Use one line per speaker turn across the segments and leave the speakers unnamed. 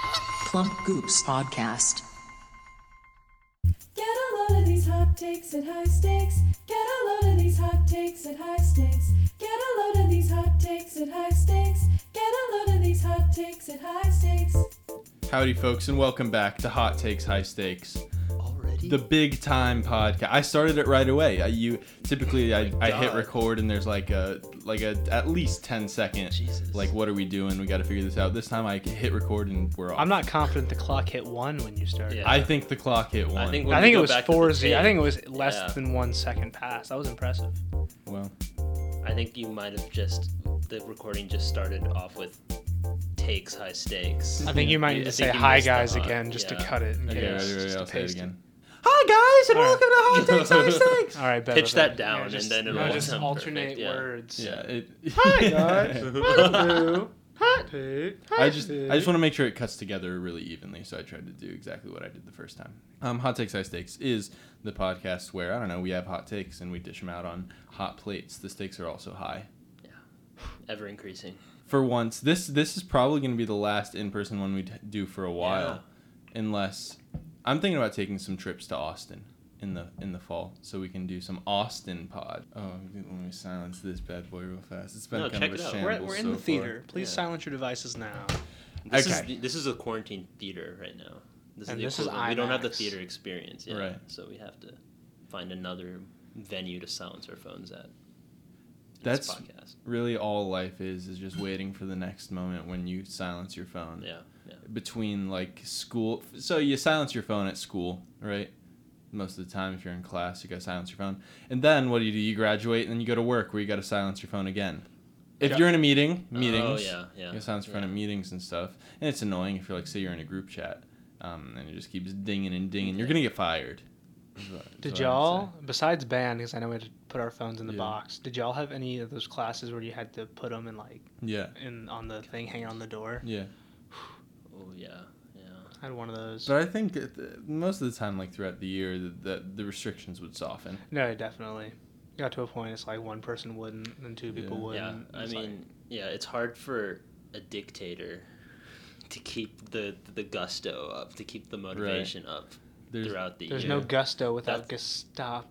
Clump Goops Podcast.
Get a load of these hot takes at high stakes. Get a load of these hot takes at high stakes. Get a load of these hot takes at high stakes. Get a load of these hot takes at high stakes.
Howdy, folks, and welcome back to Hot Takes High Stakes,
Already?
the big time podcast. I started it right away. I, you typically I, I hit
Oh God.
record and there's like a like a at least 10 second
Jesus.
like what are we doing? We got to figure this out. This time I hit record and we're off.
I'm not confident the clock hit one when you started.
Yeah.
I think the clock hit one.
I think when
I
we
think it
go
was
back to the
four Z. I
tape,
think it was less
Yeah.
than one second past. That was impressive.
well,
I think you might have just the recording just started off with takes high stakes.
I think you might need
I
to
think
say
you
hi
missed the
guys
hot-
again just
yeah.
to cut it. in
okay,
case,
ready, ready,
just to
I'll say it
paste
again. Hi guys, and
All right.
welcome to Hot Takes High Stakes.
All right, bet,
Pitch that
bet, bet. Yeah,
down and
just-
then it'll
no,
all
just
sound
alternate
perfect, yeah.
words.
Yeah. It,
Hi guys. Hi Boo. Hi Pete. Hi,
I just
Pete.
I just want to make sure it cuts together really evenly, so I tried to do exactly what I did the first time. Um, hot takes, high stakes is the podcast where I don't know we have hot takes and we dish them out on hot plates. The stakes are also high.
Ever increasing.
For once, this this is probably going to be the last in person one we d- do for a while, unless I'm thinking about taking some trips to Austin in the in the fall, so we can do some Austin pod. Oh, let me silence this bad boy real fast. It's been
No,
kind
check
of a
it out.
shambles
We're, we're in
so
the theater.
far.
Please
Yeah.
silence your devices now.
This
Okay.
is the- this is a quarantine theater right now. This
And
is the
this is
equivalent. we don't have the
IMAX.
theater experience yet,
Right.
so we have to find another venue to silence our phones at.
That's
this podcast.
really all life is is just waiting for the next moment when you silence your phone
Yeah, yeah.
between like school so you silence your phone at school right most of the time if you're in class you gotta silence your phone and then what do you do you graduate and then you go to work where you gotta silence your phone again if
Yeah.
you're in a meeting meetings
Oh yeah, yeah.
you gotta silence your
yeah.
phone at meetings and stuff and it's annoying if you're like say you're in a group chat um, and it just keeps dinging and dinging you're gonna get fired is what- is
Did
what I would
y'all,
say.
besides band, because I know we had to put our phones in the
Yeah.
box, did y'all have any of those classes where you had to put them in like
yeah
in on the thing hanging on the door?
yeah
Oh yeah, yeah.
I had one of those.
But I think at the- most of the time, like throughout the year, the, the, the restrictions would soften.
No, definitely. Got to a point. It's like one person wouldn't, and two people
Yeah.
Yeah,
wouldn't.
I
It's like-
mean, yeah, it's hard for a dictator to keep the the gusto up, to keep the motivation up
There's,
throughout the
there's
year.
no gusto without Gestop.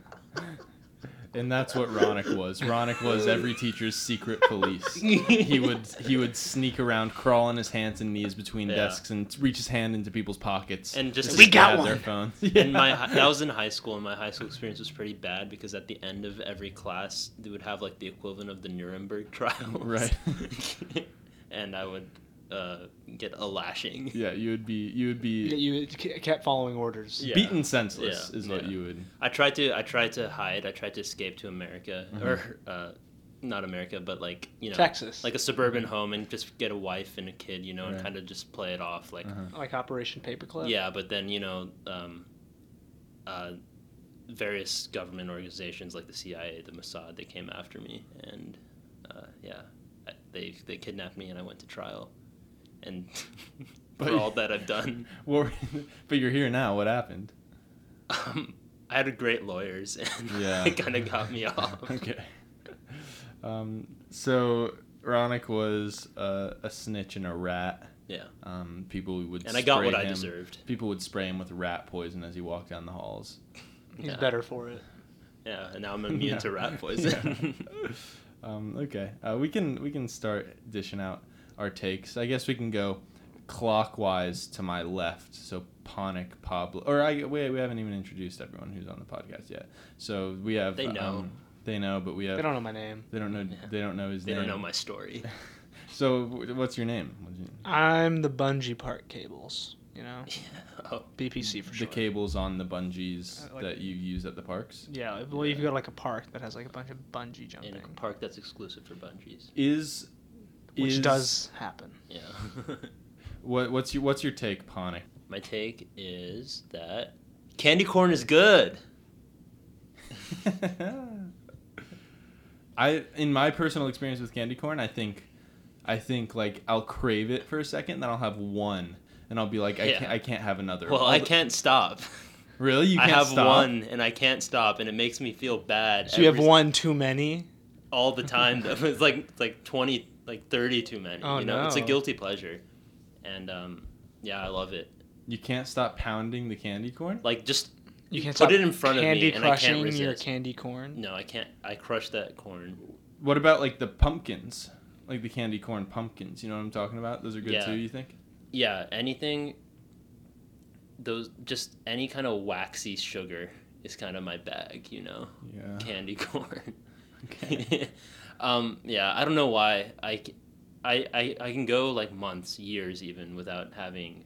and that's what Ronick was. Ronick was every teacher's secret police. he would he would sneak around, crawl on his hands and knees between
Yeah.
desks, and reach his hand into people's pockets.
And just-
to
We got
grab Their
one!
phones.
and my hi- that was in high school, and my high school experience was pretty bad because at the end of every class, they would have like the equivalent of the Nuremberg trials,
Right.
and I would uh, get a lashing.
yeah, you would be you would be
Yeah, you k- kept following orders.
Yeah.
beaten senseless.
Yeah,
Is what
yeah.
you would.
I tried to I tried to hide. I tried to escape to America
Mm-hmm.
or uh, not America, but like you know
Texas.
like a suburban home and just get a wife and a kid, you know,
Right.
and
Uh-huh.
kind of just play it off like
Like Operation Paperclip.
yeah. But then you know, um, uh, various government organizations like the CIA, the Mossad, they came after me, and uh, yeah, I, they they kidnapped me and I went to trial, and
But-
for all that I've done.
Well, but you're here now. What happened?
Um, I had a great lawyers, and
Yeah.
it kind of got me off.
okay. Um, so Ronick was uh, a snitch and a rat.
Yeah.
Um, people would
And I got
spray
what I
him-
deserved.
People would spray him with rat poison as he walked down the halls.
He's
Yeah.
better for it.
Yeah, and now I'm immune
Yeah.
to rat poison.
Um, okay, uh, we can we can start dishing out our takes. I guess we can go clockwise to my left. So Ponic Pablo, or I wait, we haven't even introduced everyone who's on the podcast yet. So we have
They know.
um, they know, but we have
They don't know my name.
they don't know they don't know his
they
name.
don't know my story.
So wh- what's your name? What's your-
I'm the bungee park cables. You know,
Oh,
BPC for
The
sure.
cables on the bungees
Uh, like-
that you use at the parks.
Yeah. Well, you can go to like a park that has like a bunch of bungee jumping,
in a park that's exclusive for bungees.
Is
which
is-
does happen.
Yeah.
What, what's your what's your take, Ponic?
my take is that candy corn is good.
I in my personal experience with candy corn, I think I think like I'll crave it for a second, then I'll have one, and I'll be like, I
Yeah.
can't I can't have another.
Well,
I'll-
I can't stop.
Really, you
I
can't
have
stop?
one and I can't stop, and it makes me feel bad.
So you have
every-
one too many.
all the time. Though. It's like it's like twenty like thirty too many.
Oh,
you know, it's a
no.
guilty pleasure, and um, yeah, I love it.
You can't stop pounding the candy corn.
Like just
You can't
Put
stop
it in front of me
candy
and I can't
crushing your
resist.
candy corn.
no, I can't. I crush that corn.
What about like the pumpkins? Like the candy corn pumpkins. You know what I'm talking about? Those are good
Yeah.
too. You think?
Yeah, anything. Those just any kind of waxy sugar is kind of my bag. You know,
Yeah.
candy corn.
Uh-huh. Okay.
um, yeah, I don't know why I, c- I- I- I can go like months, years even without having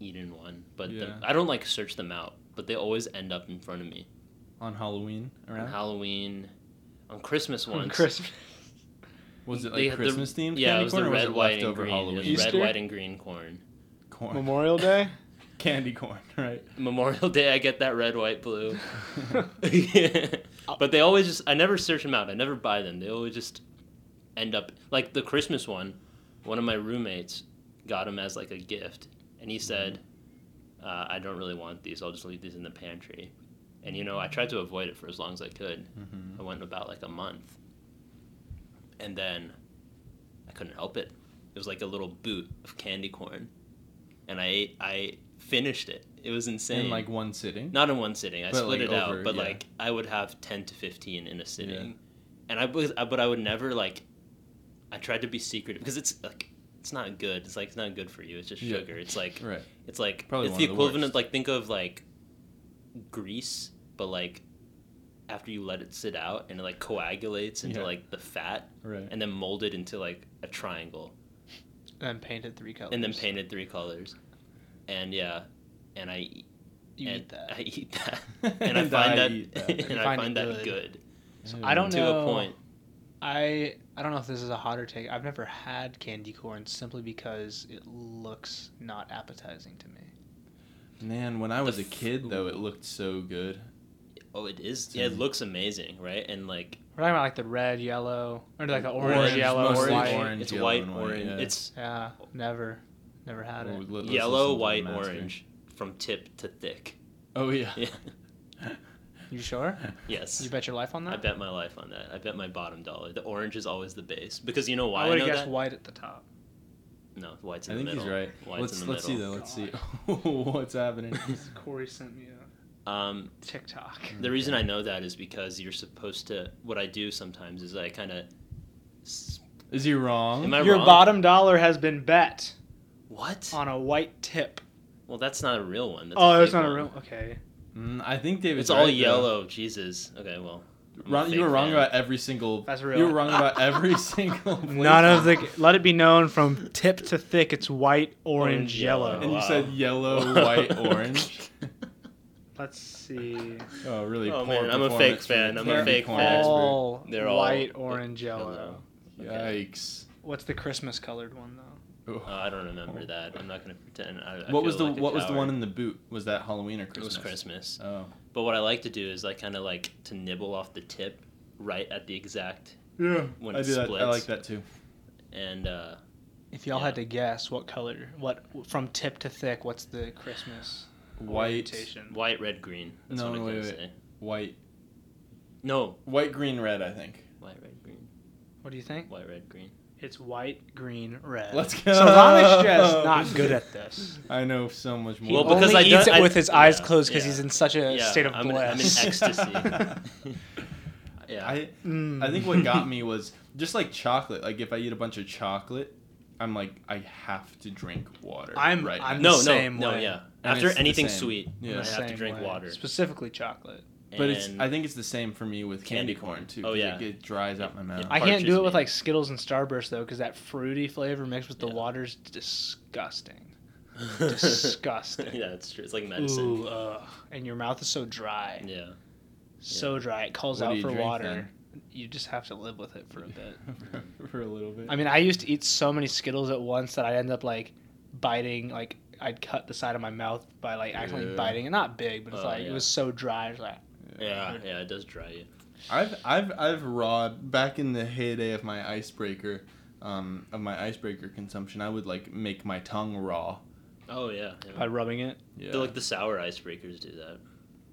eaten one, but the-
Yeah.
I don't like search them out, but they always end up in front of me
On Halloween
on
around.
Halloween, on Christmas
On
once.
Christmas.
was it
They
like
had the-
Christmas themed?
Yeah,
candy
it was
corn
the
or
red,
was it
white, and
leftover
green.
Halloween
It was red,
Easter?
white, and green corn.
corn?
Memorial Day.
Candy corn, right?
Memorial Day, I get that red, white, blue. but they always just, I never search them out. I never buy them. They always just end up, like the Christmas one, one of my roommates got them as like a gift. And he said, uh, I don't really want these. I'll just leave these in the pantry. And, you know, I tried to avoid it for as long as I could. I went about like a month. And then I couldn't help it. It was like a little boot of candy corn. And I ate, I finished it. It was insane
In like one sitting.
not in one sitting. I
But,
split
like,
it
over,
out, but
yeah.
like I would have ten to fifteen in a sitting, and I was, I- but I would never like. I tried to be secretive because it's like it's not good. It's like it's not good for you. It's just
Yeah.
sugar. It's like
Right.
it's like
Probably
it's
one
the
of the
equivalent
worst.
of like think of like grease, but like after you let it sit out and it like coagulates into
Yeah.
like the fat
Right.
and then molded into like a triangle
And painted three colors.
and then painted three colors, and yeah, and I
You
and
eat that.
I eat that, and I
And
find
I
that,
eat that.
and
You
I
find
find
it
that
good.
good
I don't
to
know.
a point.
I I don't know if this is a hotter take. I've never had candy corn simply because it looks not appetizing to me.
Man, when I was a
f-
kid though, it looked so good.
Oh, it is. Yeah, it looks amazing, right? And like
We're talking about like the red, yellow, or like the orange,
Orange,
yellow,
mostly
white.
orange.
it's
yellow,
white,
and Oh, white,
orange.
yeah.
It's
Yeah, never, never had
Well,
it.
let- let's
yellow,
listen to the
white,
master.
orange, from tip to thick.
Oh yeah.
Yeah.
You sure?
yes.
You bet your life on that.
I bet my life on that. I bet my bottom dollar. The orange is always the base because you know why
I
I,
would
know
have guessed
that.
white at the top.
no, white's
I
in
think
the
he's
middle.
right.
White's
let's
in the
let's see though.
middle.
Let's see what's happening.
Corey sent me a
Um,
TikTok.
Mm,
The reason I know that is because you're supposed to. What I do sometimes is I kind of.
Is he wrong?
Am I
your
wrong?
bottom dollar has been bet
What?
on a white tip.
Well, that's not a real one. That's
Uh, oh, that's
fake
not a
one.
real. Okay.
Mm, I think David's
It's all
right, though.
yellow. Jesus. Okay, well. I'm a
Wrong, you
fake
were wrong
fan.
about every single.
That's
You
real.
were wrong about every single.
None of
placement.
the. Let it be known from tip to thick, it's white, orange,
Orange,
yellow.
yellow.
And you
Wow.
said yellow, white, orange.
Let's see.
Oh, really?
Oh,
poor
man, I'm a
performance
fake
from
fan,
the
I'm a
candy
fake
corn
fan.
expert.
all
They're all
white, orange,
yellow.
yellow.
Okay.
Yikes!
What's the Christmas colored one though?
Oh.
Oh, I don't remember that. I'm not gonna pretend. I, I
what was the
feel like a
What was the
coward.
one in the boot? Was that Halloween or
It
Christmas?
was Christmas.
Oh,
But what I like to do is I kind of like to nibble off the tip, right at the exact,
yeah.
When
I
it
do that. I
splits.
like that too.
and uh,
If y'all
Yeah.
had to guess, what color? What from tip to thick? What's the Christmas
White,
orientation?
white, red, green. That's
No,
what I'm
wait,
gonna
wait.
say.
white,
No,
white, green, red. I think.
white, red, green.
What do you think?
White, red, green.
It's white, green, red.
Let's
So
go.
Thomas Jess not good at this.
I know so much more.
He
Well, because
only
I
eats
don't-
it
I-
with his eyes
yeah,
closed because
yeah.
he's in such a
Yeah,
state of
I'm in- I'm in
bliss.
ecstasy. Yeah.
I
Mm.
I think what got me was just like chocolate. Like if I eat a bunch of chocolate, I'm like I have to drink water.
I'm-
right.
I'm-
now.
no,
same
no, no,
way.
yeah.
And
After
it's the
anything
same.
sweet,
Yeah.
I
The
have to
same
drink
way.
water.
specifically chocolate.
but it's
And-
I think it's the same for me with candy,
Candy
corn
corn.
too.
Oh,
'cause
yeah.
it, it dries out my mouth.
I can't do
parches
it with
me.
like Skittles and Starburst though, because that fruity flavor mixed with the
Yeah.
water's disgusting. disgusting.
yeah, it's true. It's like medicine.
Ooh, ugh. and your mouth is so dry,
Yeah.
so dry. It calls
What do
out
you
for
drink,
water. You just have to live with it for a bit.
for, for a little bit.
I mean, I used to eat so many Skittles at once that I end up like biting. Like I'd cut the side of my mouth by like accidentally
Yeah.
biting, and not big, but it's
Oh,
like
yeah.
it was so dry. It's like
Yeah, yeah, it does dry you.
I've I've I've rawed back in the heyday of my icebreaker, um, of my icebreaker consumption. I would like make my tongue raw.
Oh yeah. yeah.
by rubbing it.
Yeah,
They're like the sour icebreakers do that.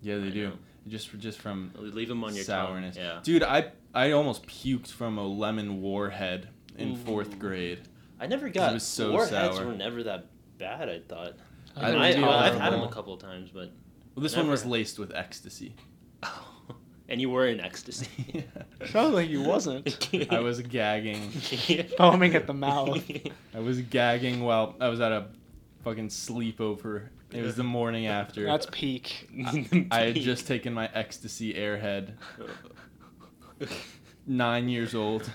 yeah, they
I
do.
know.
Just for just from
Leave them on your
sourness.
Tongue. Yeah.
Dude, I I almost puked from a lemon warhead in fourth
Ooh.
grade.
I never got.
was so
warheads
sour.
were never that bad. I thought.
I
I
don't do
well, I've
them
had them
all.
a couple of times, but
Well, this one
Never.
was laced with ecstasy.
and you were in ecstasy.
Sounds like you wasn't.
I was gagging.
Foaming at the mouth.
I was gagging while I was at a fucking sleepover. It was the morning after.
That's peak.
I had just taken my ecstasy airhead. Nine years old.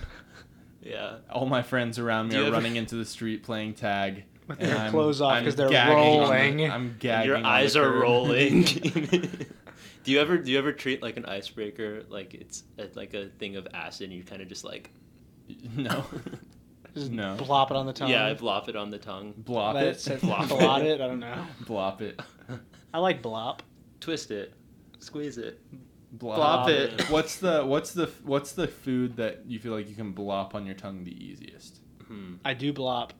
yeah.
All my friends around me
Do you
are
ever-
running into the street playing tag.
With
and
their
I'm-
clothes off
I'm
because they're
gagging on the-
rolling.
I'm
And
gagging.
your
on the
eyes are
curb.
rolling. do you ever do you ever treat like an icebreaker like it's uh, like a thing of acid and you kind of just like
no.
Just
No.
blop it on the tongue.
yeah I blop it on the tongue
Blop
Let
it.
it sit-
Blop
blot
it.
it. I don't know.
Blop it.
I like blop.
twist it squeeze it
Blop,
Blop
it.
it. What's the what's the what's the food that you feel like you can blop on your tongue the easiest?
hmm.
I do blop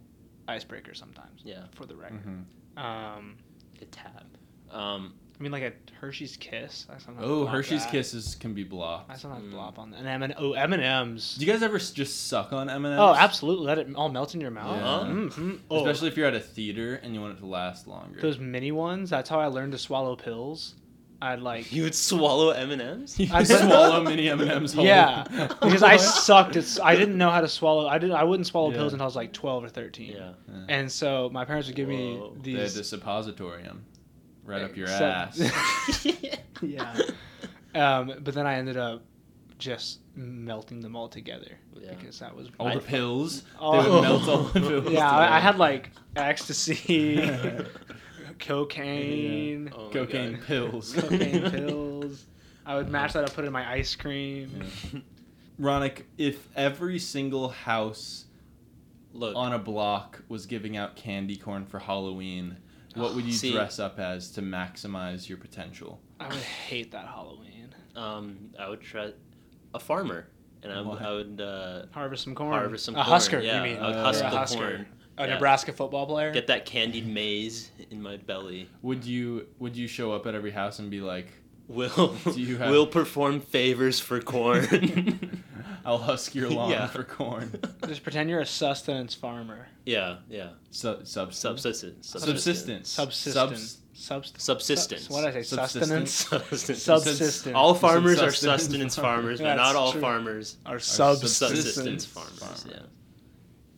icebreaker sometimes.
Yeah.
For the record.
Mm-hmm.
Um,
a tap um
I mean, like a Hershey's Kiss. I sometimes
Oh,
blop
Hershey's
that.
Kisses can be blopped.
I
Mm.
sometimes blop on that. And M and oh M and M's.
Do you guys ever s- just suck on M&Ms?
Oh, absolutely. Let it all melt in your mouth.
Yeah.
Mm-hmm. Oh,
Especially if you're at a theater and you want it to last longer.
those mini ones. That's how I learned to swallow pills. I'd like.
you would swallow M and M's
you
I-
swallow mini M&Ms whole.
Yeah, because I
What?
sucked. It's I didn't know how to swallow. I didn't. I wouldn't swallow pills
Yeah.
until I was like twelve or thirteen.
yeah
And so my parents would give
Whoa.
me
They had
these.
the suppositorium right up your
Except-
ass.
yeah. Um, but then I ended up just melting them all together
Yeah.
because that was
All
I-
the pills. They
Oh.
would melt all the pills.
yeah. I, I had
together.
like ecstasy, cocaine,
Oh my
cocaine
God.
pills.
cocaine pills. I would match that up, put it in my ice cream.
Ronick, if every single house
look
on a block was giving out candy corn for Halloween, what
Ah,
would you
See-
dress up as to maximize your potential?
I would hate that Halloween.
um I would try a farmer and I, would- I would uh,
Harvest some corn.
harvest some
a
corn.
husker.
yeah,
You mean
I would
Uh,
husk
You're
the
a husker.
corn
A
Yeah.
Nebraska football player.
get that candied maize in my belly.
Would you would you show up at every house and be like,
Will
Do you have-
will perform favors for corn.
"I'll husk your lawn
Yeah.
for corn"?
Just pretend you're a sustenance farmer.
yeah, yeah.
Sub sub
Subsistence.
subsistence
Subsistence.
Subs-
Subst-
Subsistence.
What did I say?
Subsistence.
Sustenance.
Subsistence.
Subsistence.
All farmers are
Subsistence
sustenance
farmers.
farmers, but
That's
not all
true.
farmers
Or
are
Subsistence
subsistence Hmm.
subsistence.
farmers.
farmers.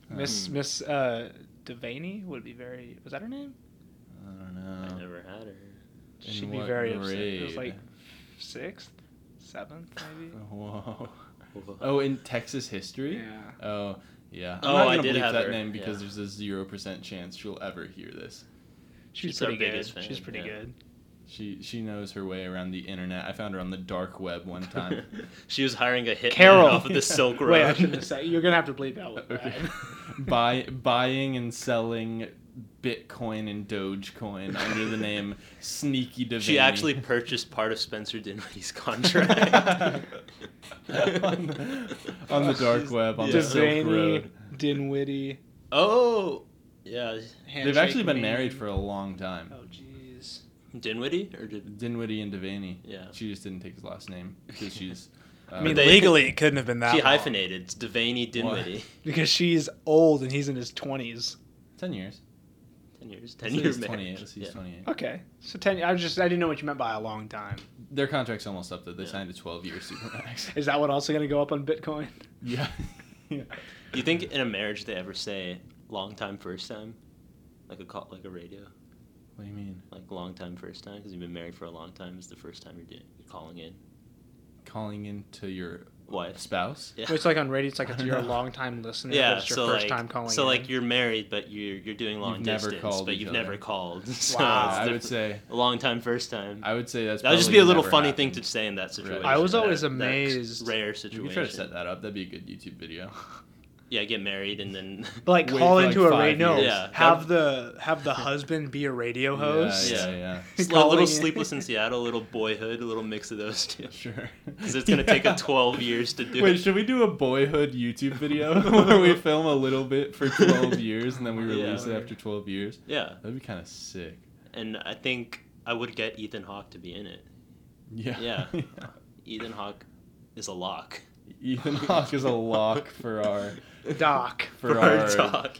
Yeah.
Miss Miss uh, Devaney would be very. Was that her name?
I don't know.
I never had her.
In
She'd be
what
very upset. It was
grade?
like sixth, seventh, maybe.
Whoa. Oh, in Texas history. Oh, yeah. I'm
Oh,
not
I
gonna
did
bleep
have
that
her,
name because
yeah.
there's a zero percent chance she'll ever hear this.
She's,
She's our
pretty good.
biggest fan,
She's pretty
yeah.
good.
She she knows her way around the internet. I found her on the dark web one time.
she was hiring a hitman
Carol.
off of the Silk Road.
Wait, I shouldn't have said. You're gonna have to bleep out with
Okay.
that.
Buy buying and selling Bitcoin and Dogecoin under the name Sneaky Devaney.
she actually purchased part of Spencer Dinwiddie's contract.
on, the- on the dark web on the Silk
Devaney,
Road.
Dinwiddie.
oh, yeah.
They've actually been married for a long time.
Oh jeez.
Dinwiddie or did
Dinwiddie and Devaney.
Yeah.
She just didn't take his last name because she's. Uh,
I mean,
they-
legally it couldn't have been that.
She
long,
hyphenated. It's Devaney Dinwiddie.
because she's old and he's in his twenties.
ten years.
Ten years.
So
Ten
he's
years.
28. so he's
Yeah.
28.
Okay, so ten. I was just I didn't know what you meant by a long time.
Their contract's almost up, though. They
Yeah.
signed a 12 year supermax.
Is that what also gonna go up on Bitcoin?
yeah.
Do you think in a marriage they ever say long time first time, like a call, like a radio,
What do you mean?
like long time first time because you've been married for a long time is the first time you're doing you're calling in
Calling into your
wife.
spouse?
Yeah.
Well, it's like on radio. It's like
I
if
don't
you're a
know.
long time listener,
yeah,
but it's your
so
first
like,
time calling.
so like
in.
you're married, but you're you're doing long
You've never
distance,
called
but
each
you've
other.
never called. So
Wow.
it's
I would
different.
say.
a long time first time.
I would say that's.
That would just be
probably
a little
never
funny
happened.
thing to say in that situation.
I was
that-
always
that
amazed.
Rare
We
situation.
could try to set that up. That'd be a good YouTube video.
Yeah, get married and then.
But like
wait for,
call
like,
into a
five
radio.
years. Yeah.
Have the have the husband be a radio host.
Yeah, yeah,
Yeah.
yeah.
It's a
Calling
little
in.
sleepless in Seattle, a little boyhood, a little mix of those two.
Sure.
Because it's gonna take
Yeah.
a 12 years to do
Wait,
it.
should we do a boyhood YouTube video where we film a little bit for 12 years and then we
Yeah.
release it after 12 years?
Yeah,
That'd be kind of sick.
and I think I would get Ethan Hawke to be in it.
Yeah.
Yeah. Ethan Hawke is a lock.
Ethan Hawke is a lock for our
Doc.
for
our
our
doc,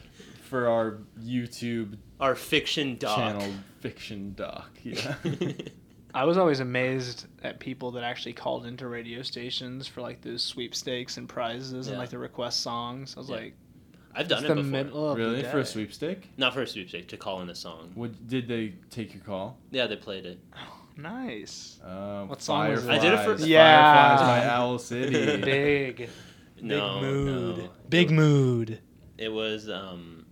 for our YouTube
our fiction doc.
channel fiction doc. Yeah.
I was always amazed at people that actually called into radio stations for like those sweepstakes and prizes
Yeah.
and like the request songs. I was
Yeah.
like,
I've
it's
done
the
it before.
middle of
really
the
for a
day.
sweepstake?
Not for a sweepstake to call in a song.
What did they take your call?
Yeah, they played it.
Nice.
Uh,
What song was it?
I did it for-
Fireflies.
Yeah.
Fireflies by Owl City.
Big.
no,
Big mood.
no.
Big
It,
mood.
it was um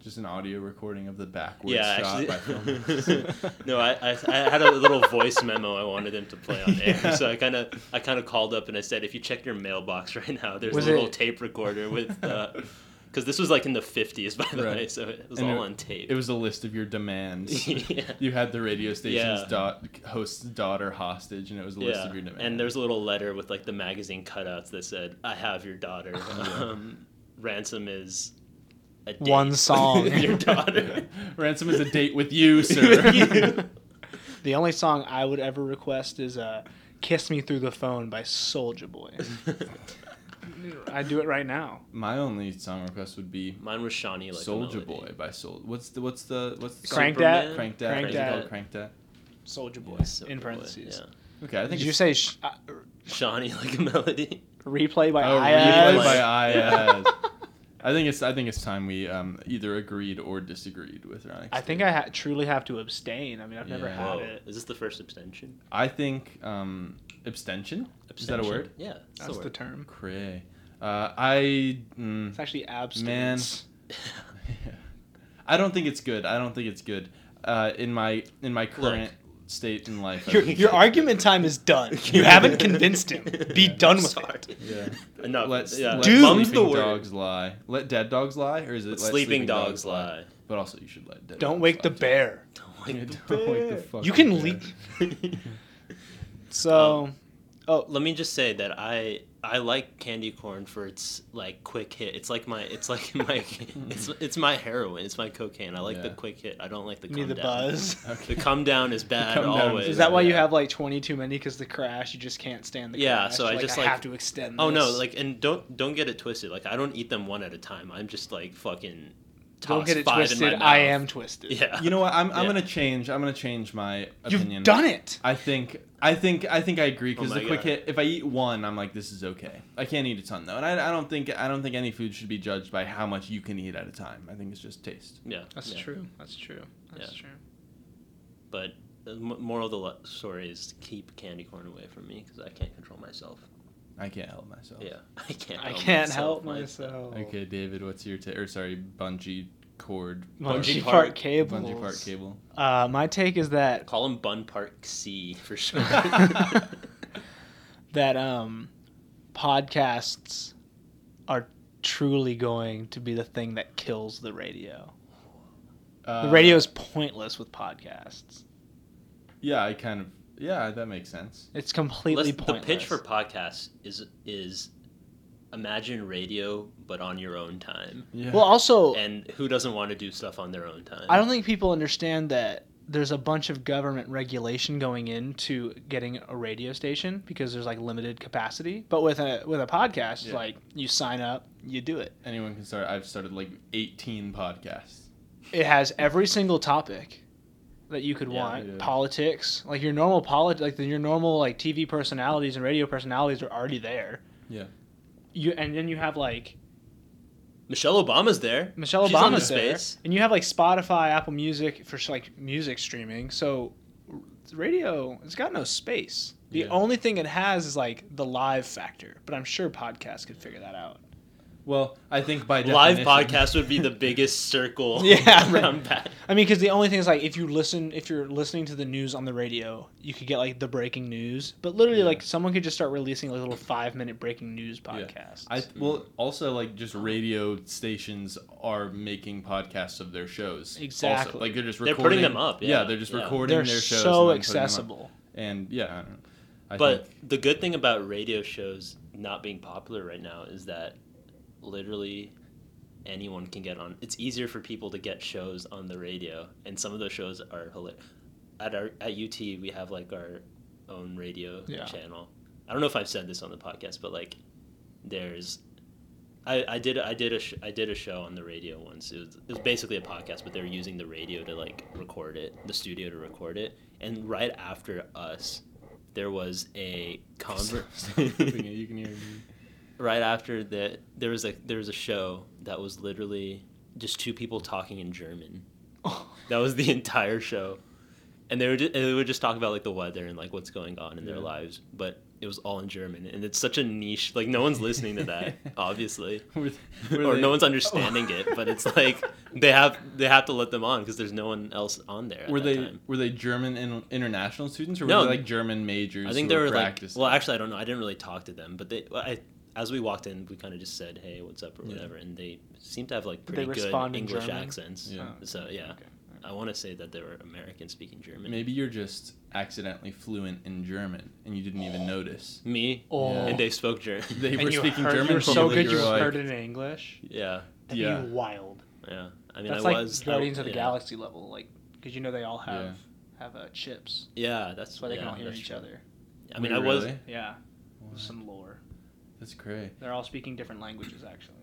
Just an audio recording of the backwards
yeah,
shot by
actually,
film.
no, I, I, I had a little voice memo I wanted them to play on air,
Yeah.
so I kind of I kind of called up and I said, if you check your mailbox right now, there's
Was
a little
it-
tape recorder with, because this was like in the '50s, by the
Right.
way, so it was
And
all
it-
on tape.
It was a list of your demands.
Yeah.
You had the radio station's
Yeah.
dot, host's daughter hostage, and it was a list
yeah,
of your demands.
and there's a little letter with like the magazine cutouts that said, "I have your daughter. Um, ransom is a date
One song.
with your daughter."
ransom is a date with you, sir.
The only song I would ever request is uh, "Kiss Me Through the Phone" by Soulja Boy. I do it right now.
My only song request would be
Mine was Shawnee like a
Soldier
melody.
Boy by Soul. What's the what's the what's the
Crank
Superman?
that.
Crank that.
Crank
is it
that.
called Crank that.
Soldier Boy.
Yeah, Soulja
in
Boy,
parentheses.
yeah.
Okay, I think
Did you
it's-
say sh- uh,
Shawnee like a melody.
replay by
Oh,
Ayaz?
replay by
Yeah.
Ayaz. I think it's I think it's time we um, either agreed or disagreed with Ronix.
I think I ha- truly have to abstain. I mean, I've never
Yeah.
had
Whoa.
it.
Is this the first abstention?
I think um, abstention? Is that a
Abstention?
word?
Yeah. it's
That's
a
the
word.
term.
Cray. Uh, I mm,
It's actually
man.
abstinence.
I don't think it's good. I don't think it's good. Uh, in my in my current state in life. I
Your,
think
your
it's-
argument time is done. You haven't convinced him. Be done with
Sorry.
it.
Yeah.
Enough.
Let,
yeah.
let
Dude.
Mum's
sleeping
the word.
dogs lie. Let dead dogs lie, or is it
Let
let
sleeping, dogs, lie.
But also, you should let dead.
Don't
dogs
wake the
lie.
bear.
Don't
Yeah,
like the
don't wake the
bear.
fucking
You can
bear.
leak. So,
Let me just say that I I like candy corn for its like quick hit. It's like my it's like my it's it's my heroin. It's my cocaine. I like the
Yeah.
quick hit. I don't like the
me
calm
the
down.
buzz.
The
Okay.
come down is bad
come down
always.
is
Is that why you
Yeah.
have like 20 too many? Because the crash, you just can't stand the
Yeah,
crash.
so I just,
I
like-
have to extend.
Oh no,
this.
like and don't don't get it twisted. Like I don't eat them one at a time. I'm just like fucking toss
don't get it
five in my
twisted.
mouth.
I am twisted.
Yeah.
You know what? I'm, I'm
Yeah.
gonna change. I'm gonna change my
you've
opinion.
done it.
I think I think I think I agree because
Oh my
the quick
God.
hit. If I eat one, I'm like, this is okay. I can't eat a ton though, and I, I don't think I don't think any food should be judged by how much you can eat at a time. I think it's just taste.
Yeah.
That's
yeah.
true. That's true. That's true.
But the m- moral of the lo- story is keep candy corn away from me because I can't control myself.
I can't help myself.
Yeah, I can't.
Oh. I
help
can't
myself,
help
my-
myself.
Okay, David, what's your ta- or sorry, bungee cord?
Bungee
Bungee
Park
Park-
cables.
Bungee park cable.
Uh, my take is that
Call him Bun Park C for sure.
that um, podcasts are truly going to be the thing that kills the radio.
Uh,
the radio is pointless with podcasts.
Yeah, I kind of. Yeah, that makes sense.
It's completely
Let's- the
pointless.
pitch for podcasts is is imagine radio but on your own time.
Yeah.
well, also
And who doesn't want to do stuff on their own time?
I don't think people understand that there's a bunch of government regulation going into getting a radio station because there's like limited capacity. But with a with a podcast, it's
Yeah.
like you sign up, you do it.
anyone can start. I've started like 18 podcasts.
It has every single topic that you could
Yeah,
want.
yeah.
Politics, like your normal polit, like the, your normal like TV personalities and radio personalities are already there.
Yeah.
You and then you have like
Michelle Obama's there.
Michelle
She's on
Obama's
the
there,
space.
and you have like Spotify, Apple Music for sh- like music streaming. So r- radio, it's got no space. The
Yeah.
only thing it has is like the live factor. But I'm sure podcasts could figure that out.
Well, I think by
Live
definition-
podcast would be the biggest circle.
Yeah, right.
around that.
I mean, because the only thing is like if you listen, if you're listening to the news on the radio, you could get like the breaking news. But literally,
Yeah.
like someone could just start releasing like little five minute breaking news podcasts.
I well also like just radio stations are making podcasts of their shows. also.
Exactly.
Like they're just
They're
recording
putting them up, yeah,
they're just
yeah.
recording
They're
their shows.
so
and then putting them up.
accessible.
And yeah, I don't know. I
but
think,
the good thing about radio shows not being popular right now is that literally anyone can get on. It's easier for people to get shows on the radio, and some of those shows are hilarious. At our at UT, we have like our own radio
Yeah.
channel. I don't know if I've said this on the podcast, but like there's I, I did I did a sh- I did a show on the radio once. It was, it was basically a podcast, but they were using the radio to like record it, the studio to record it. And right after us, there was a converse.
you can hear me.
right after that, there was a there was a show that was literally just two people talking in German. That was the entire show, and they were just, they would just talk about like the weather and like what's going on in their
Yeah.
lives, but it was all in German, and it's such a niche. Like no one's listening to that, obviously,
Were they- were
or
they-
no one's understanding it. But it's like they have they have to let them on because there's no one else on there. At
Were
that
they
time.
were they German in, international students or were
No.
they like German majors?
I think
who
they were like.
practicing?
Well, actually, I don't know. I didn't really talk to them, but they. well, I, as we walked in, we kind of just said, "Hey, what's up?" or
Yeah.
whatever, and they seemed to have like
Did
pretty
they
good
respond in
English
German?
accents.
Yeah.
Oh,
So yeah,
okay.
I want to say that they were American speaking German.
maybe you're just accidentally fluent in German and you didn't even notice.
Me
Oh.
and they spoke German.
They
And
were
you
speaking
heard,
German.
You were
but
so
you
good you
were like-
heard it in English.
yeah,
That'd
Yeah.
be wild.
yeah. I mean,
That's
I
like
was I-
Guardians of the
yeah.
Galaxy level, like because you know they all have have uh, chips,
Yeah, that's
so they
yeah,
can all hear
that's
each
true.
other.
I mean,
Wait,
I was
really?
Yeah,
Wow,
with some lore.
That's great.
They're all speaking different languages actually.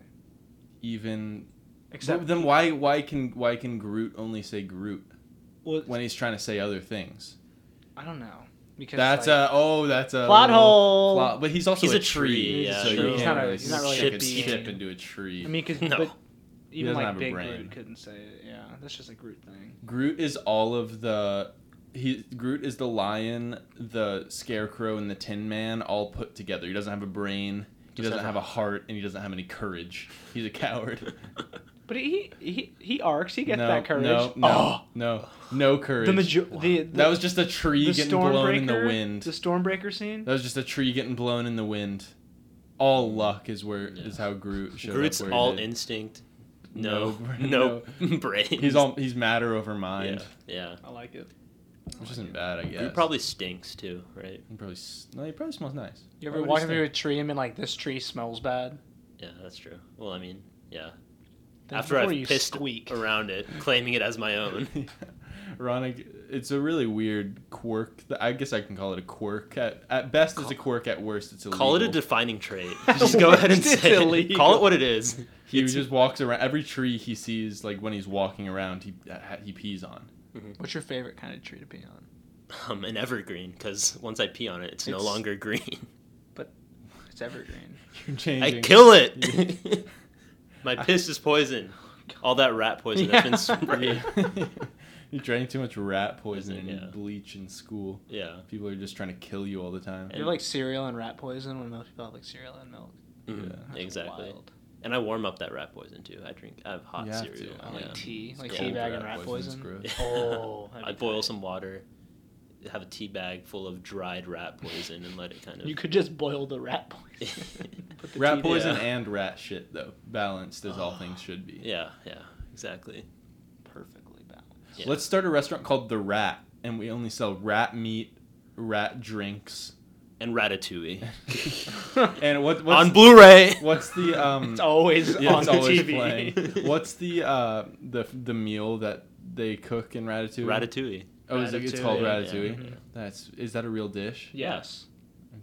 Even
Except
But then why why can why can Groot only say Groot
well,
when he's trying to say other things?
I don't know because
That's a
like,
oh that's a
plot
little
hole.
plot- But he's also
He's
a
a tree,
tree.
yeah,
so you
true. He's
can't
not a-
really
he's not
really a
stick a
bean.
chip into a tree.
I mean, because
No.
even
doesn't
like
have a
Big
brain.
Groot couldn't say it. Yeah, that's just a Groot thing.
Groot is all of the he Groot is the lion, the scarecrow, and the Tin Man all put together. He doesn't have a brain. He
Doesn't
doesn't
have
have a heart, and he doesn't have any courage. He's a coward.
But he he he arcs. He gets
no,
that courage. Oh.
No, no, no, no courage.
the major the, the
that was just a tree
the
getting blown in the
Stormbreaker-
wind.
The Stormbreaker scene.
That was just a tree getting blown in the wind. All luck is where is
Yeah.
how Groot showed
Groot's
up. where he
all
did.
instinct. No,
No,
no, brains.
He's all he's matter over mind,
yeah, yeah.
I like it.
which isn't bad, I guess.
Groot probably stinks too, right?
He probably s- no, he probably smells nice. Why
You ever
would he
walking
stink?
through a tree and been like, "This tree smells bad."
Yeah, that's true. Well, I mean, yeah.
Then
After
before
I've
you
pissed
squeak.
around it, claiming it as my own.
Ronick, it's a really weird quirk. that- I guess I can call it a quirk. At, at best, it's a quirk. At worst, it's illegal.
Call it a defining trait. Just go ahead and
It's
say it.
illegal.
Call it what it is.
he
it's-
just walks around every tree he sees. Like when he's walking around, he uh, he pees on.
What's your favorite kind of tree to be on?
Um, an evergreen, because once I pee on it, it's, no
It's-
longer green.
It's evergreen.
You're changing.
I kill it. my piss is poison.
Oh,
All that rat poison that's been sprayed.
Yeah. you drank too much rat poison and
Yeah.
bleach in school.
Yeah.
People are just trying to kill you all the time.
You have like cereal and rat poison when most people have like cereal and milk.
Mhm,
That's
Exactly.
wild.
And I warm up that rat poison too. I drink. I have hot
You have
cereal.
to.
I
yeah.
like tea, like
gross.
tea
Cold
bag
rat
and rat
poison's
poison.
gross.
Oh, that'd
I
be
boil
great.
some water, have a tea bag full of dried rat poison, and let it kind of.
You could just boil the rat poison. Put the
Rat
tea
poison
Yeah.
and rat shit, though. Balanced as all things should be.
yeah, yeah, exactly.
bag perfectly balanced.
Yeah.
Let's start a restaurant called The Rat, and we only sell rat meat, rat drinks,
and Ratatouille
and what what's,
on Blu-ray.
what's the um?
It's always
yeah,
on
it's
the
always
TV.
playing. What's the uh the the meal that they cook in Ratatouille?
Ratatouille.
Oh, is it, it's called
Ratatouille, yeah, Mm-hmm.
Ratatouille.
yeah.
That's is that a real dish?
Yes.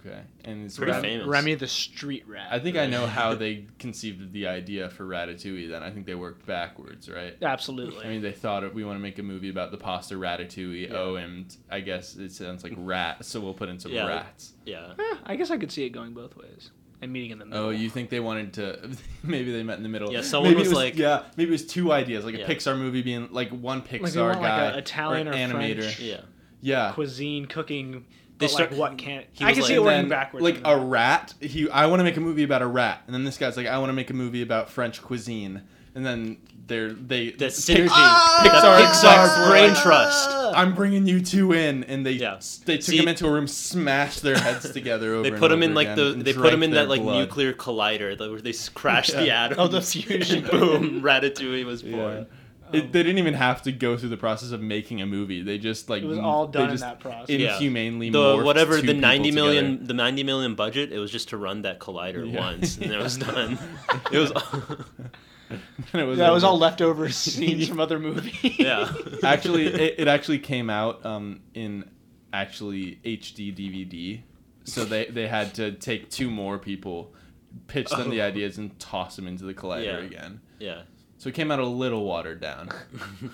Okay, and it's
Pretty
rat-
famous.
Remy the street rat.
I think I know how they conceived of the idea for Ratatouille. Then I think they worked backwards, right?
Absolutely.
I mean, they thought of, we want to make a movie about the pasta ratatouille.
Yeah.
Oh, and I guess it sounds like rat, so we'll put in some
Yeah.
rats.
Yeah.
Eh, I guess I could see it going both ways and meeting in the middle.
Oh, you think they wanted to? Maybe they met in the middle.
Yeah, someone
Maybe it
was like-
yeah, maybe it was two ideas, like
Yeah.
a Pixar movie being like one Pixar
they want, like,
guy,
a Italian or French-
Yeah.
yeah.
cuisine cooking?
They
They start
start-
like, what can't
he
I
was
can
like-
see it
And
working
then,
backwards.
Like
from
a
that.
rat. He, I want to make a movie about a rat, and then this guy's like, I want to make a movie about French cuisine, and then they're they
The
Pix-
synergy.
Pixar,
the Pixar
Pixar
brain
brain.
trust.
I'm bringing you two in, and they
Yeah.
they took
See-
him into a room, smashed their heads together. Over
They
and
put them in
over
like
again,
the.
and
They put them
drank
in
their
that like
blood.
nuclear collider that where they s- crashed the
Yeah.
atoms.
Oh, the fusion.
Boom! Ratatouille was
Yeah.
born.
Oh.
It, they didn't even have to go through the process of making a movie. They just like
It was
m-
all
they
done in
just
that process.
Yeah.
Inhumanely,
The
morphed
whatever
two
the
people
ninety million
together.
the ninety million budget, it was just to run that collider
Yeah.
once, and then it was done. It was.
And it was
that was
over.
all leftover scenes from other movies.
yeah.
actually, it, it actually came out um, in actually HD DVD. So they, they had to take two more people pitch them the ideas and toss them into the collider
Oh. Yeah.
again.
yeah.
So it came out a little watered down.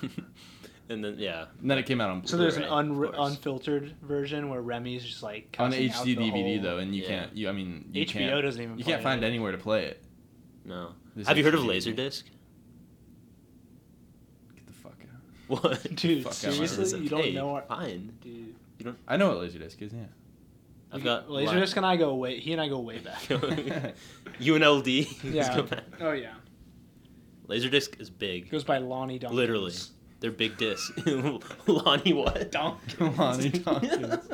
and then yeah,
And then it came out on
So there's an
Right, of
unre
course.
unfiltered version where Remy's just like
on
cussing out
HD
the
DVD
whole-
though, and you
Yeah.
can't. You I mean, you
HBO
can't,
doesn't even
You
play
can't find
it.
anywhere to play it.
no.
This
Have you heard of
HD.
Laserdisc?
Get the fuck out.
What?
Dude,
Fuck out my
seriously,
resume.
you don't
Hey,
know our.
Fine, dude. You don't.
I know what laserdisc is. Yeah.
I've got
Laserdisc and I go way. He and I go way back.
UNLD.
Yeah.
Let's go back.
oh yeah,
Laserdisc is
it
big.
goes by Lonnie Donkey.
Literally, they're big discs. Lonnie what?
Donkey.
Lonnie Tompkins.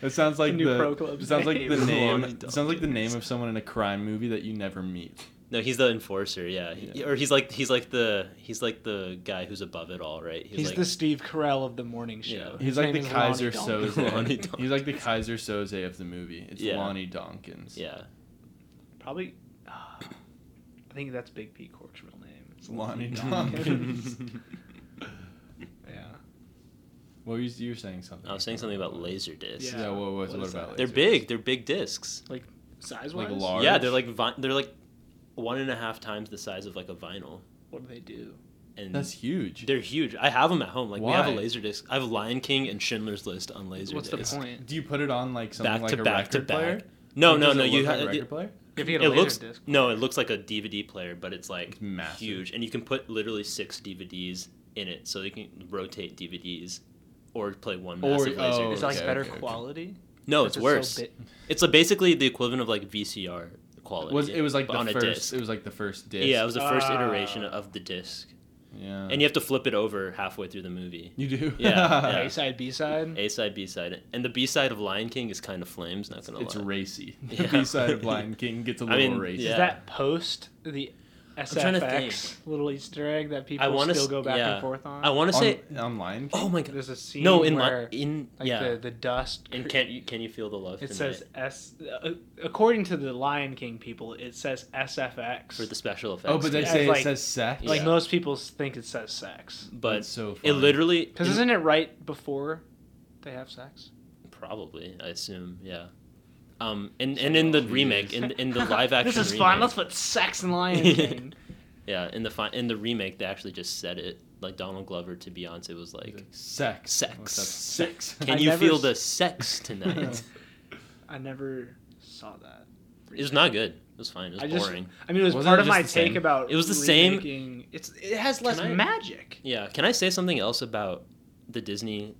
It sounds like
New
the.
pro club
it sounds like the
name.
name.
Lonnie
it sounds like the
Tompkins.
name of someone in a crime movie that you never meet.
No, he's the enforcer. Yeah, He-
Yeah.
or he's like he's like the he's like the guy who's above it all, right?
He's
like,
the Steve Carell of the morning show.
Yeah.
He's
His
like
name
the
is
Kaiser
Lonnie Donkey.
Soze.
Lonnie
He's like the Kaiser Soze of the movie. It's
Yeah.
Lonnie Donkins.
yeah.
Probably. ah, I think that's Big P Cork's real name. It's
Lonnie Tompkins.
yeah.
What were you, you were saying something?
I was saying something about laser discs.
Yeah. What, what,
What
what
is
about?
that?
They're
laserdisc?
big. They're big discs.
Like size wise.
Like large.
Yeah, they're like vi- they're like one and a half times the size of like a vinyl,
What do they do?
and
That's huge.
they're huge. I have them at home. Like we have
Why?
a laser disc. I have Lion King and Schindler's List on laser.
What's the
disc.
point?
Do you put it on like something
Back
like
to
a
back to
record player?
back. No,
Like,
no,
does it
no. You
look like
ha-
a record player.
If you
it
had a laser
looks
disc.
no, it looks like a DVD player, but it's like
It's massive.
huge, and you can put literally six DVDs in it, so they can rotate DVDs or play one
Or-
massive laser.
oh,
disc.
Is it like
Okay,
better
okay, okay.
quality?
No,
Since
it's
so
worse.
bit-
It's like basically the equivalent of like VCR quality.
Was it was like
but
the
on
first?
a disc.
It was like the first disc.
Yeah, it was the first
Ah. Uh.
iteration of the disc,
Yeah.
and you have to flip it over halfway through the movie.
you do. Uh,
Yeah,
A side, B side.
A side, B side, and the B side of Lion King is kind of flames. Not gonna
it's
lie.
racy. The
Yeah.
B side of Lion King gets a
I
little
mean,
racy.
Is
yeah.
that post the
trying to
SFX little Easter egg that people
I want to
still go back
yeah.
and forth on?
I want to
On,
say,
on Lion King.
oh my god,
There's a scene
no, in
where
Lion in
like
yeah,
the, the dust.
and
cre-
can you can you feel the love?
it
tonight?
says S. Uh, according to the Lion King people, it says SFX.
for the special effects.
Oh, but they
As,
yeah.
say
like-
it says sex.
like
yeah.
most people think it says sex.
but
That's so
it
funny.
literally
Because isn't it right before they have sex?
probably I assume yeah. Um, and, and in the remake, in in the live action,
this is
remake,
fun. Let's put sex in Lion King.
Yeah, in the fi- in the remake, they actually just said it like Donald Glover to Beyonce was like,
sex.
Sex.
What's up? Sex.
"Can
I
you
never
feel
s-
the sex tonight?"
I never saw that.
it was not good. It was fine. It was
I just,
boring.
I mean, it was
Wasn't
part
it
of
just
my
the
take
same?
about
It was the same-
remaking- It's it has less
I-
magic.
Yeah. Can I say something else about the Disney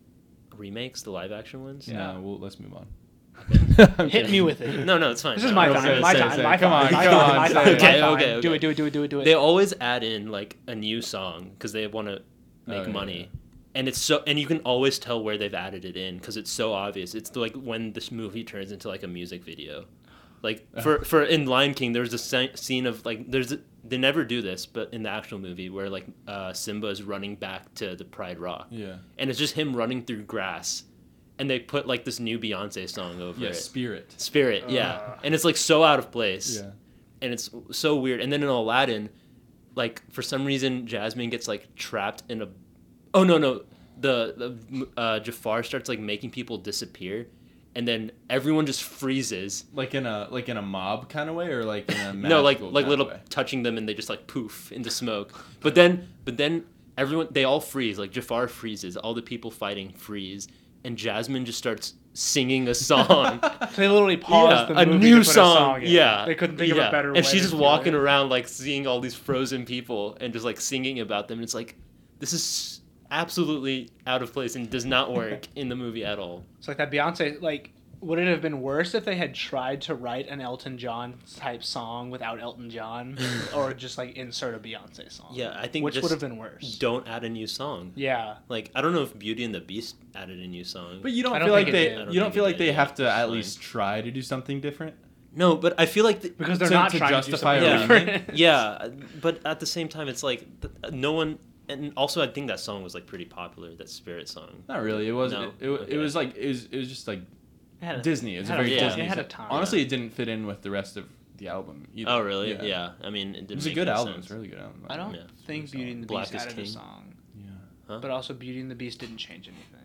remakes, the live action ones?
yeah.
Yeah.
well, let's move on.
Hit me with it.
No, no, it's fine.
This is
No,
my
no,
time.
say it,
my
say it,
time.
say
it.
my
Come
time.
on,
my
come
time.
on,
my
say it.
time. my
Okay,
time.
okay, okay.
Do it. Do it. Do it. Do it. Do it.
it. They always add in like a new song because they want to
Oh,
make
yeah,
money.
yeah.
And it's so, and you can always tell where they've added it in because it's so obvious. It's like when this movie turns into like a music video, like
Uh-huh.
for for in Lion King, there's a sce- scene of like there's a, they never do this, but in the actual movie where like uh, Simba is running back to the Pride Rock,
Yeah.
and it's just him running through grass, and they put like this new Beyonce song over
Yeah.
it,
Spirit.
Spirit,
Uh.
yeah, and it's like so out of place,
Yeah.
and it's so weird. And then in Aladdin, like for some reason, Jasmine gets like trapped in a. Oh no no, the, the uh, Jafar starts like making people disappear, and then everyone just freezes.
Like in a like in a mob kind of way, or like in a
no, like
magical
like
kinda
little
way?
touching them, and they just like poof into smoke. But then but then everyone they all freeze. Like Jafar freezes. All the people fighting freeze, and Jasmine just starts singing a song.
They literally paused
Yeah,
the movie
a new
to put
song.
A song in.
Yeah,
They couldn't think of
yeah.
a better way.
And she's
to
just
do
walking
it.
around like seeing all these frozen people and just like singing about them. And it's like this is absolutely out of place and does not work in the movie at all.
It's like that Beyonce. Like, would it have been worse if they had tried to write an Elton John type song without Elton John, or just like insert a Beyonce song?
Yeah, I think
which
just
would have been worse.
Don't add a new song.
Yeah.
Like I don't know if Beauty and the Beast added a new song.
But you don't,
I don't
feel
think
like
it
they
did. I
don't
you don't
think
feel
it
like
did.
they have to
It's
at
fine.
least try to do something different.
no, but I feel like the,
Because they're
To-
not
to
trying
justify
to do
a
something
remake?
different.
yeah, but at the same time, it's like th- no one. And also, I think that song was like pretty popular. That Spirit song.
Not really. It was
No,
not it, it,
okay.
it was like it was it was just like
It had a-
Disney. It was a
had
very
yeah,
Disney.
It had a
song.
time.
Honestly, it didn't fit in with the rest of the album. Either.
Oh really? Yeah. I mean, it didn't.
It was a
make
good
any
album.
sense.
It's a really good album.
I don't
Yeah.
think Beauty and the
Black
Beast
is
added a
King.
song,
Yeah.
Huh?
but also Beauty and the Beast didn't change anything.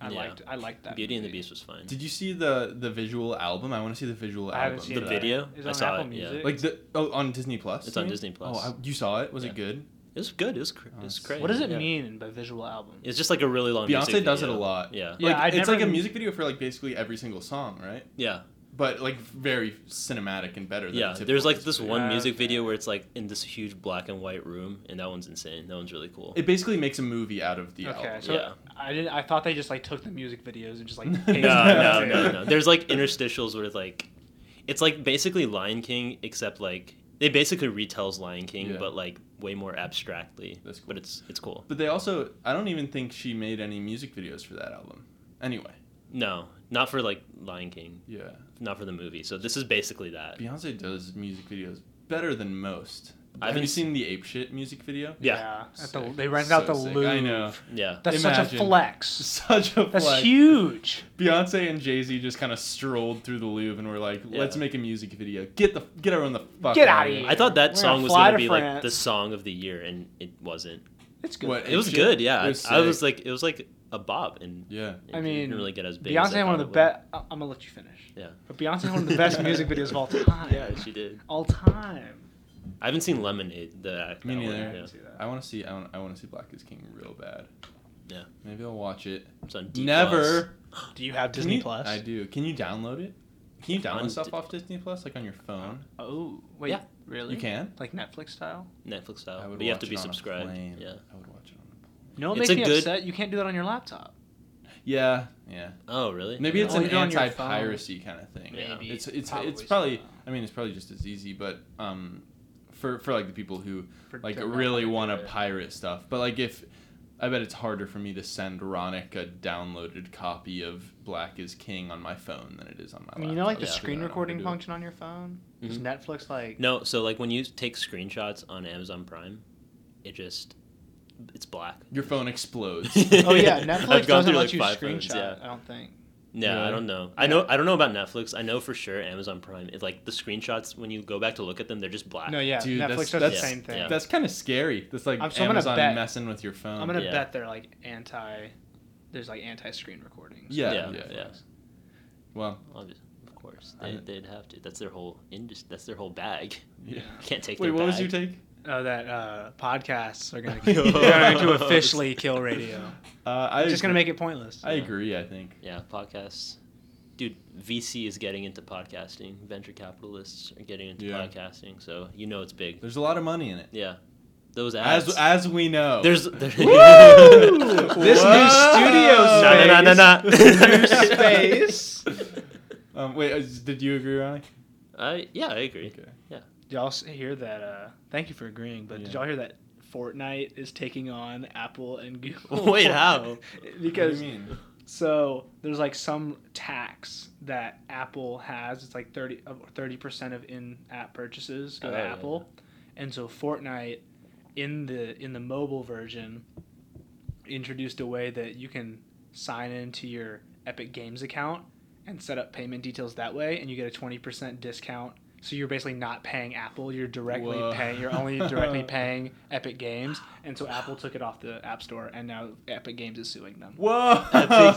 I
Yeah.
liked I liked that.
Beauty and the
movie.
Beast was fine.
Did you see the the visual album? I want to see the visual
I haven't
album.
seen
for
it
The
yet.
that.
video?
Is it
I
on
saw
Apple
it, yeah.
Music?
Like the oh on Disney Plus.
It's
you
on
mean?
Disney Plus.
Oh, I, you saw it? Was
Yeah.
it good?
It was good. It was cr- it was
Nice.
crazy.
What does it
yeah.
mean by visual album?
It's just like a really long.
Beyonce
music
does it a
video.
lot.
Yeah,
Yeah,
Like,
I
it's
never
like a
kn-
music video for like basically every single song, right?
yeah,
But like very cinematic and better. Than a
yeah.
typical
There's like
music
this
video.
one
Yeah,
music
okay.
video where it's like in this huge black and white room, and that one's insane. That one's really cool.
It basically makes a movie out of the
okay,
album.
so
Yeah.
I didn't. I thought they just like took the music videos and just like.
No,
pasted
no, no,
them
no,
together.
no. There's like interstitials where it's like, it's like basically Lion King, except like it basically retells Lion King,
Yeah.
but like way more abstractly.
That's cool.
But it's it's cool.
But they also, I don't even think she made any music videos for that album. Anyway,
No, not for like Lion King,
yeah,
not for the movie. So this is basically that.
Beyonce does music videos better than most.
I
Have you
haven't
seen the Ape Shit music video?
Yeah.
At the,
Sick.
they rented
So
out the
sick.
Louvre.
I know.
Yeah,
That's such a
Imagine.
flex.
Such a
That's
flex.
huge.
Beyonce and Jay Z just kind of strolled through the Louvre and were like,
Yeah.
"Let's make a music video. Get the get everyone the fuck
Get
out
outta
I thought
We're
that
gonna
song was
fly
gonna
to
be
France.
like the song of the year, and it wasn't.
It's good.
What-
It was
shit.
good, yeah.
It was
I was
sick.
like, it was like a bob, and
Yeah,
it
I mean,
didn't really get as big. as I
Beyonce had one
thought
of the
it would.
best. I'm gonna let you finish.
Yeah.
But Beyonce had one of the best music videos of all time.
Yeah, she did.
All time.
I haven't seen Lemonade. The
Me
that one,
neither.
I
yeah.
didn't see that.
I want to see. I want, I want to see Black is King real bad.
Yeah.
Maybe I'll watch it.
It's on D+.
Never.
Do you have
Can
Disney
you-
Plus?
I do. Can you download it? Can you download
On
stuff
D-
off Disney Plus, like on your phone?
Oh wait,
Yeah.
really?
You can.
Like Netflix style?
Netflix
I
style.
would
Oh, But you have
watch
to
it
be
on a
subscribed.
plane.
Yeah.
I would watch it on a
No, it
It's
makes
a
me
good-
upset. You can't do that on your laptop.
plane. Yeah, yeah.
Oh, really?
Maybe
Yeah.
it's
Oh,
an
you do on your phone.
anti-piracy kind of thing.
Yeah.
Maybe.
It's it's it's
so.
probably I mean it's probably just as easy, but um, for for like the people who
For-
like
to-
really want to pirate stuff, but like if I bet it's harder for me to send Ronick a downloaded copy of Black is King on my phone than it is on my.
I mean, you know, like the
Yeah.
laptop, so
screen
I don't know how to
recording
do it.
function on your phone. Is
Mhm.
Mm-hmm.
Netflix like?
No, so like when you take screenshots on Amazon Prime, it just it's black.
Your phone explodes.
Oh yeah,
I've
Netflix
gone
doesn't
through,
let
like,
you
five
screenshot.
phones, yeah.
I don't think.
No,
Really?
I don't know. I know I don't know about Netflix. I know for sure Amazon Prime. It, like the screenshots when you go back to look at them, they're just black.
No, yeah,
Dude, that's-
Netflix does the
that's-
same thing.
yeah.
That's kind of scary. That's like
I'm- so I'm gonna
Amazon
bet-
messing with your phone.
I'm gonna
Yeah.
bet they're like anti. There's like anti-screen recordings.
yeah,
Yeah,
yeah,
yeah.
Well,
Obvi- Of course,
I
they,
don't-
they'd have to. That's their whole industry. That's their whole bag.
yeah.
You can't take.
Wait,
their
what was
bag.
your take?
Oh, that uh, podcasts are gonna, they're going to officially kill radio.
Uh, I
It's just gonna
agree-
make it pointless.
I agree. I think.
Yeah, podcasts. Dude, VC is getting into podcasting. Venture capitalists are getting into
Yeah.
podcasting. So you know it's big.
There's a lot of money in it.
Yeah, those ads.
As as we know.
there's there-
This new studio
Na, na, na, na, na.
New space.
Um, wait, uh, did you agree, Ronnie?
I yeah, I agree.
Okay.
Did y'all s- hear that? Uh, thank you for agreeing, but did
Yeah.
y'all hear that Fortnite is taking on Apple and Google?
Wait, how?
because
What do you mean?
so there's like some tax that Apple has. It's like 30 percent of in-app purchases go
Oh,
to
yeah.
Apple, and so Fortnite in the in the mobile version introduced a way that you can sign into your Epic Games account and set up payment details that way, and you get a twenty percent discount. So you're basically not paying Apple. You're directly
Whoa.
paying. You're only directly paying Epic Games, and so Apple took it off the App Store, and now Epic Games is suing them.
Whoa!
Epic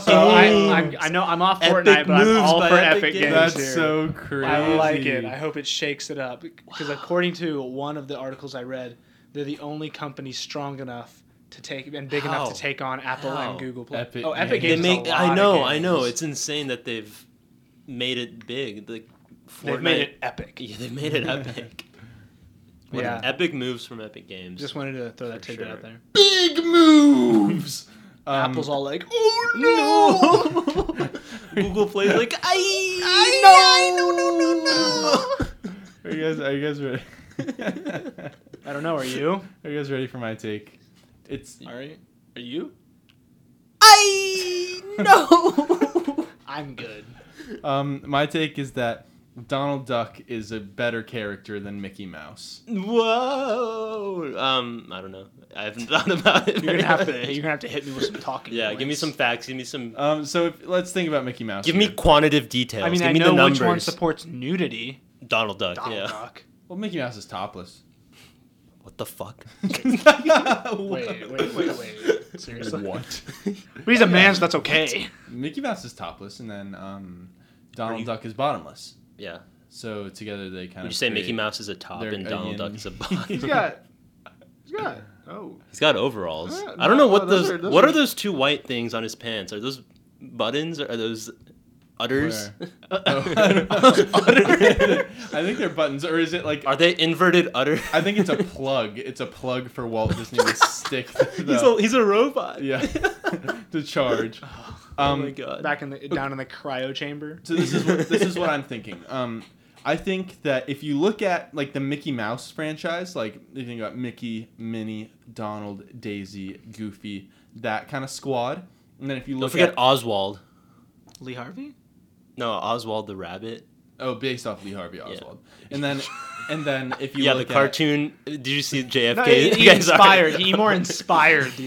So I,
Games.
I'm, I know I'm off
Epic
Fortnite, but I'm
moves
all
by
for
Epic
Epic,
Games.
Games.
That's
here.
so crazy.
I like it. I hope it shakes it up because according to one of the articles I read, they're the only company strong enough to take and big enough
How?
to take on Apple
How?
and Google Play.
Epic
oh, Epic
They
Games.
Games.
is a
make. I
lot of
know. I know.
games.
It's insane that they've made it big. Like Fortnite.
They've made it epic.
Yeah, they made it epic. What
Yeah.
Epic moves from Epic Games.
Just wanted to throw that
For
tidbit
sure.
out there.
big moves. Um,
Apple's all like,
Oh no! Google Play's like, I, I know,
Are you guys? Are you guys ready?
I don't know. Are you?
Are you guys ready for my take? It's
All right. Are you?
I know.
I'm good.
um my take is that Donald Duck is a better character than Mickey Mouse.
Whoa. Um, I don't know. I haven't thought about it.
You're
very
gonna have
much.
to. You're gonna have to hit me with some talking.
Yeah, give me
points.
some facts. Give me some.
Um, so if, let's think about Mickey Mouse.
Give me
here.
quantitative details.
I mean,
give
I
me
know
the numbers.
which one supports nudity.
Donald Duck.
Donald
yeah.
Duck.
Well, Mickey Mouse is topless.
what the fuck?
Wait, wait, wait, wait. Seriously?
What?
But he's a man, so that's okay.
Mickey Mouse is topless, and then um, Donald
you-
Duck is bottomless.
yeah.
So together they kind
Would
of.
you say Mickey
create-
Mouse is a top
they're
and
a
Donald
yin.
Duck is a bottom?
He's got. He's got. Oh.
He's got overalls.
Uh,
I don't
no,
know what
no,
those.
those are- those
what
are-
are those two white things on his pants? Are those buttons? Are those udders?
Where? Oh, I don't know. I think they're buttons, or is it like?
are they inverted udder?
I think it's a plug. It's a plug for Walt Disney to stick. The,
he's a he's a robot.
yeah, to charge. Um,
oh my god.
Back in the
Uh,
down in the cryo chamber.
So this is what, this is what I'm thinking. Um, I think that if you look at like the Mickey Mouse franchise, like you think about Mickey, Minnie, Donald, Daisy, Goofy, that kind of squad, and then if you
Don't
look
forget
at
Oswald.
Lee Harvey.
No, Oswald the rabbit.
oh, based off Lee Harvey Oswald, and then and then if you
yeah, the
look at,
cartoon. Did you see JFK?
No, he, he
Yeah, sorry.
inspired. He more inspired the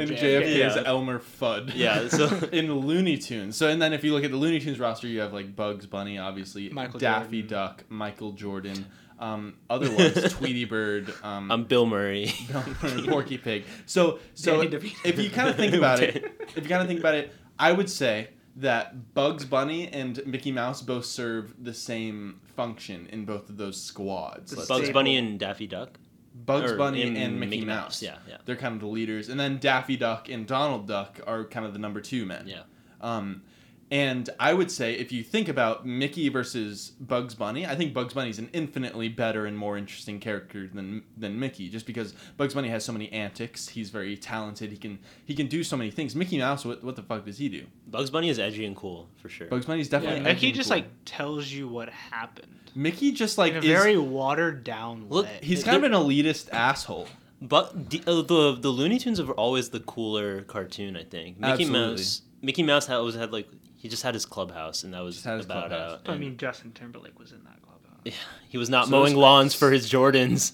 of
And
JFK.
JFK is
Yeah.
Elmer Fudd.
Yeah, so-
in the Looney Tunes. So and then if you look at the Looney Tunes roster, you have like Bugs Bunny, obviously,
Michael
Daffy
Jordan.
Duck, Michael Jordan, um, other ones, Tweety Bird, um,
I'm Bill Murray.
Porky Pig. So so
Danny DeVito.
if you kind of think about it,
Okay.
if you kind of think about it, I would say that Bugs Bunny and Mickey Mouse both serve the same function in both of those squads.
The
let's
Bugs
say.
Bunny and Daffy Duck.
Bugs
or
Bunny
in
and Mickey, Mouse.
Yeah, yeah.
They're kind of the leaders, and then Daffy Duck and Donald Duck are kind of the number two men.
Yeah.
Um, and I would say if you think about Mickey versus Bugs Bunny, I think Bugs Bunny's an infinitely better and more interesting character than than Mickey, just because Bugs Bunny has so many antics. He's very talented. He can he can do so many things. Mickey Mouse, what, what the fuck does he do? Bugs,
Bugs Bunny is edgy and cool for sure.
Bunny's definitely
Yeah,
an
like he
engine
just
cool.
like tells you what happened
Mickey just
in
like
a
is,
very watered down
Look,
way.
he's kind of an elitist asshole.
But the, uh, the the Looney Tunes are always the cooler cartoon, I think. Mickey
Absolutely.
Mouse. Mickey Mouse had, always had like he just had his clubhouse, and that was
Just had his
about
clubhouse.
out.
I mean, Justin Timberlake was in that clubhouse.
he was not
So
mowing
is-
lawns for his Jordans.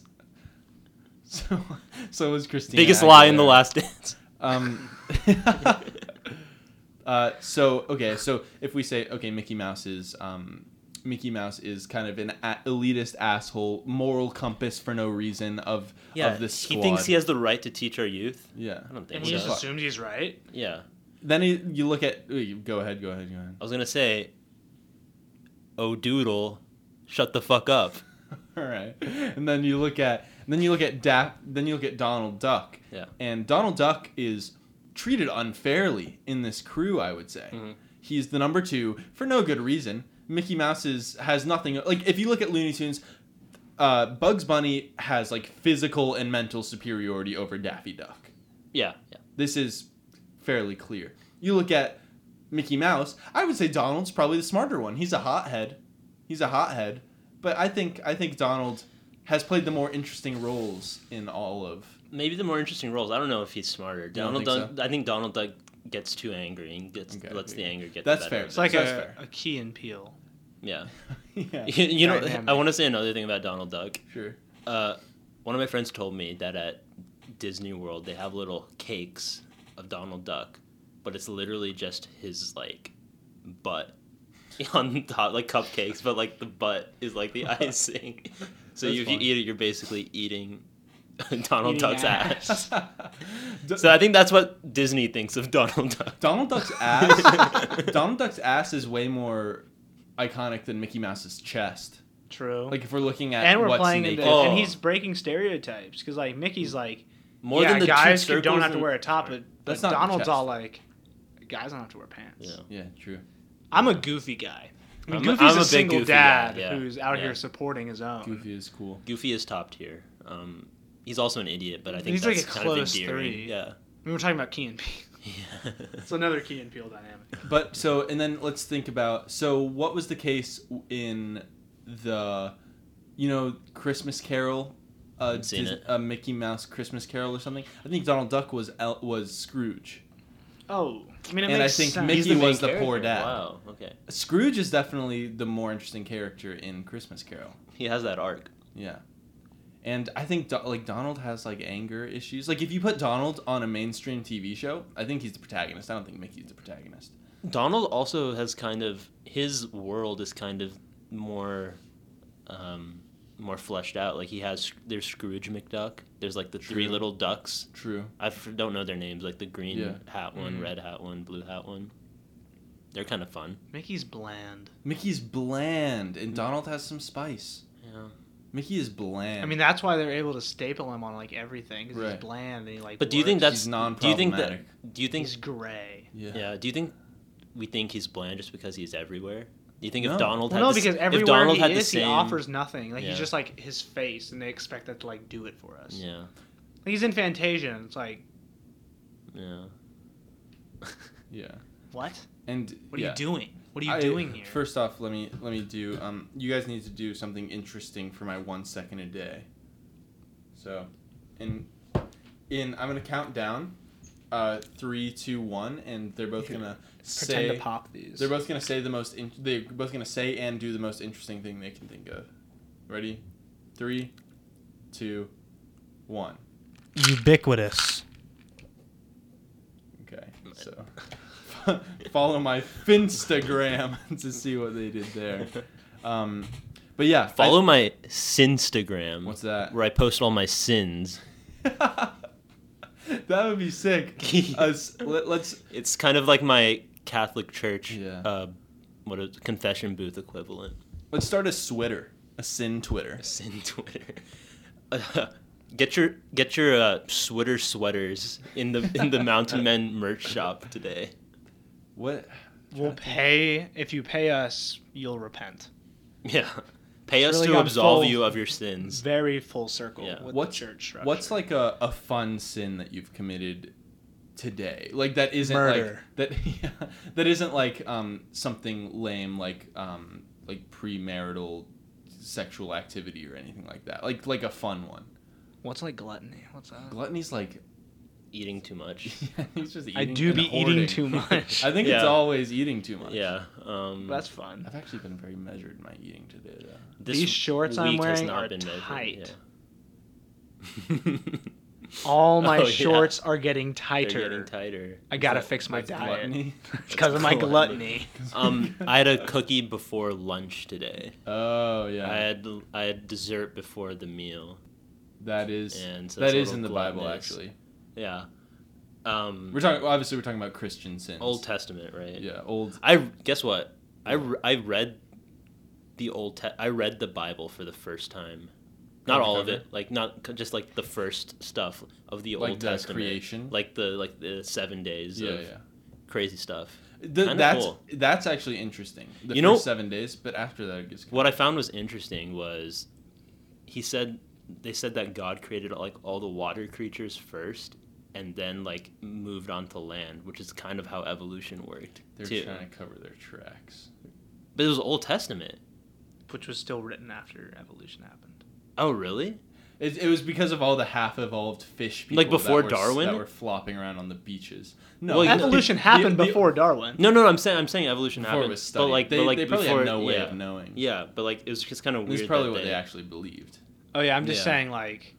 So so is Christine.
Biggest lie in the Last Dance.
Um, uh, so okay, so if we say okay, Mickey Mouse is um, Mickey Mouse is kind of an a- elitist asshole, moral compass for no reason of
Yeah,
of this squad.
he thinks he has the right to teach our youth.
yeah.
I don't think
And
What
he
the
just
so.
fuck?
assumes he's right.
Yeah,
Then he, you look at ooh, go ahead, go ahead, go ahead.
I was gonna say, oh doodle, shut the fuck up.
All right, and then you look at then you look at Dap, then you look at Donald Duck.
Yeah.
And Donald Duck is treated unfairly in this crew. I would say he's the number two for no good reason. Mickey Mouse is has nothing. Like if you look at Looney Tunes, uh, Bugs Bunny has like physical and mental superiority over Daffy Duck.
Yeah, yeah.
This is fairly clear. You look at Mickey Mouse, I would say Donald's probably the smarter one. He's a hothead. He's a hothead. But I think I think Donald has played the more interesting roles in all of
Maybe the more interesting roles. I don't know if he's smarter.
don't
Donald
think
Duck. I think Donald Duck gets too angry and gets
Okay.
lets the anger get.
That's
the better.
fair.
It's like
So that's
a,
fair.
a key and peel.
Yeah.
Yeah.
you, you know,
Dynamic.
I want to say another thing about Donald Duck.
Sure.
Uh, one of my friends told me that at Disney World they have little cakes of Donald Duck, but it's literally just his like butt on top, like cupcakes, but like the butt is like the icing. So
That's
you, if you
fun.
eat it, you're basically eating Donald
Eating
Duck's
ass.
ass.
D-
So I think that's what Disney thinks of Donald Duck.
Donald Duck's ass Donald Duck's ass is way more iconic than Mickey Mouse's chest.
True.
Like if we're looking at
and we're
what's
playing
naked.
into,
Oh.
and he's breaking stereotypes because like Mickey's like,
More
yeah,
than the
guys
two
who don't
circles
have to
and-
wear a top, but, but
That's not
Donald's
chest.
all like, guys don't have to wear pants.
Yeah.
Yeah, true.
I'm a goofy guy. I mean,
I'm a- I'm
Goofy's
a
a,
big
single
Goofy guy,
dad
yeah.
who's out
Yeah.
here supporting his own.
Goofy is cool.
Goofy is top tier. Um, he's also an idiot, but I think
He's like
that's
a
kind of
close
endearing.
three.
Yeah.
We were talking about Key and Peele.
Yeah.
It's another Key and Peele dynamic.
But so, and then let's think about so what was the case in the, you know, Christmas Carol, uh,
Haven't seen
Dis-
it.
uh Mickey Mouse Christmas Carol or something. I think Donald Duck was El- was Scrooge.
Oh, I mean, it
And I
makes
think
sense.
Mickey-
He's
was
main
the poor
character.
dad.
Wow. Okay.
Scrooge is definitely the more interesting character in Christmas Carol.
He has that arc.
Yeah. And I think Do- like Donald has like anger issues. Like if you put Donald on a mainstream TV show, I think he's the protagonist. I don't think Mickey's the protagonist.
Donald also has kind of his world is kind of more um, more fleshed out. Like he has there's Scrooge McDuck. There's like the three
True.
little ducks.
True.
I f- don't know their names. Like the green
Yeah.
hat one,
Mhm.
red hat one, blue hat one. They're kind of fun.
Mickey's bland.
Mickey's bland,
Mm.
and Donald has some spice.
Yeah.
Mickey is bland.
I mean, that's why they're able to staple him on like everything 'cause
Right.
he's bland and he like.
But do you think
works.
that's
He's non
Do you think that?
problematic.
Do you think?
he's gray?
yeah.
Yeah. Do you think we think he's bland just because he's everywhere? Do you think
No.
if Donald
Well,
had
no,
the s-
because
if
everywhere
Donald
he
had
is,
the same
he offers nothing. Like
Yeah.
he's just like his face, and they expect that to like do it for us.
yeah
Like, he's in Fantasia, and it's like,
yeah
Yeah.
what?
And
What are
yeah.
you doing? What are you
I-
doing here?
First off, let me let me do. Um, you guys need to do something interesting for my one second a day. So, in in I'm gonna count down, uh, three, two, one, and they're both
Here.
gonna
Pretend to
say
pop these.
they're both gonna say the most. In, they're both gonna say and do the most interesting thing they can think of. Ready? Three, two, one.
Ubiquitous.
Okay. So. Follow my Finstagram to see what they did there. Um, but yeah, I-
follow my Sinstagram
What's that?
where I post all my sins.
that would be sick. Us, let, us
It's kind of like my Catholic Church,
Yeah.
uh, what a confession booth equivalent.
let's start a Twitter, a sin Twitter.
Sin Twitter. get your get your uh, sweater sweaters in the in the Mountain Men merch shop today.
What?
We'll pay if you pay us. You'll repent.
Yeah, pay us
Really
to
gone
absolve
full-
you of your sins.
Very full circle
Mm. Yeah.
with
What's-
the church structure.
What's like a, a fun sin that you've committed today? Like that isn't
Murder.
like that yeah, that isn't like um something lame like um like premarital sexual activity or anything like that. Like like a fun one.
what's like gluttony? What's that?
Gluttony's like
Eating too much.
he's just eating
I do
and
be
hoarding.
eating too much.
I think it's
Yeah.
always eating too much.
Yeah. Um,
That's fun.
I've actually been very measured in my eating today though.
this
These shorts I'm
week has
wearing
not
are
been measured,
tight.
yeah.
All my
Oh, yeah.
shorts are getting
They're
tighter.
getting tighter.
I gotta
Is that-
fix my
that's
diet
gluttony?
because of my
Gluttony.
gluttony.
Um, I had a cookie before lunch today.
Oh yeah,
I had I had dessert before the meal.
that is
And so
that
it's a
is
little
in the Bible
gluttonous.
actually.
Yeah. Um,
We're talking obviously we're talking about Christian sins.
Old Testament, right?
yeah, old.
I guess what I, re- I read the old te- I read the Bible for the first time. Not
Cover to
all of
cover?
it, like not c- just like the first stuff of the
Like
Old
the
Testament,
creation?
like the like the seven days
Yeah,
of
yeah.
crazy stuff.
Th-
Kinda
that's
cool.
that's actually interesting. The first
You know-
seven days, but after that it gets.
What I found was interesting was he said they said that God created like all the water creatures first and then like moved on to land, which is kind of how evolution worked
They're
too.
trying to cover their tracks.
But it was Old Testament.
Which was still written after evolution happened.
Oh, really?
It, it was because of all the half-evolved fish people
Like before
that were,
Darwin?
that were flopping around on the beaches. No,
Well, you know-
evolution
the-
happened
the-
before Darwin.
No, no, I'm saying I'm saying evolution
Before it
happened,
was
but
studied.
like,
they,
but like
they probably
before,
had no way
yeah,
of knowing.
yeah, but like it was just kind of weird.
That's probably
that
what
they,
they actually believed.
Oh yeah, I'm just
Yeah.
saying like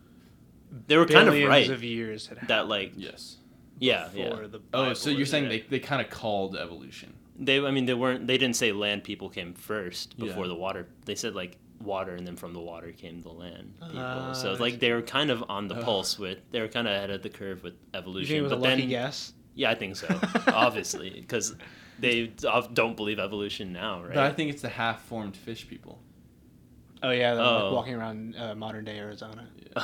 They were kind of
billions
right
of years had happened
that like
Yes.
yeah
before
yeah
the.
Oh,
Bible
so you're
is
saying
written.
they, they kind of called evolution.
they I mean they weren't they didn't say land people came first
Yeah.
before the water they said like water and then from the water came the land people
Ah,
so
I
it's like they were kind of on the
Ugh.
pulse with they were kind of ahead of the curve with
You think it
evolution
was
but
a lucky
then
guess?
yeah I think so obviously because they of- don't believe evolution now right
But I think it's the half-formed fish people.
Oh yeah, they're
Oh.
like walking around uh, modern day Arizona.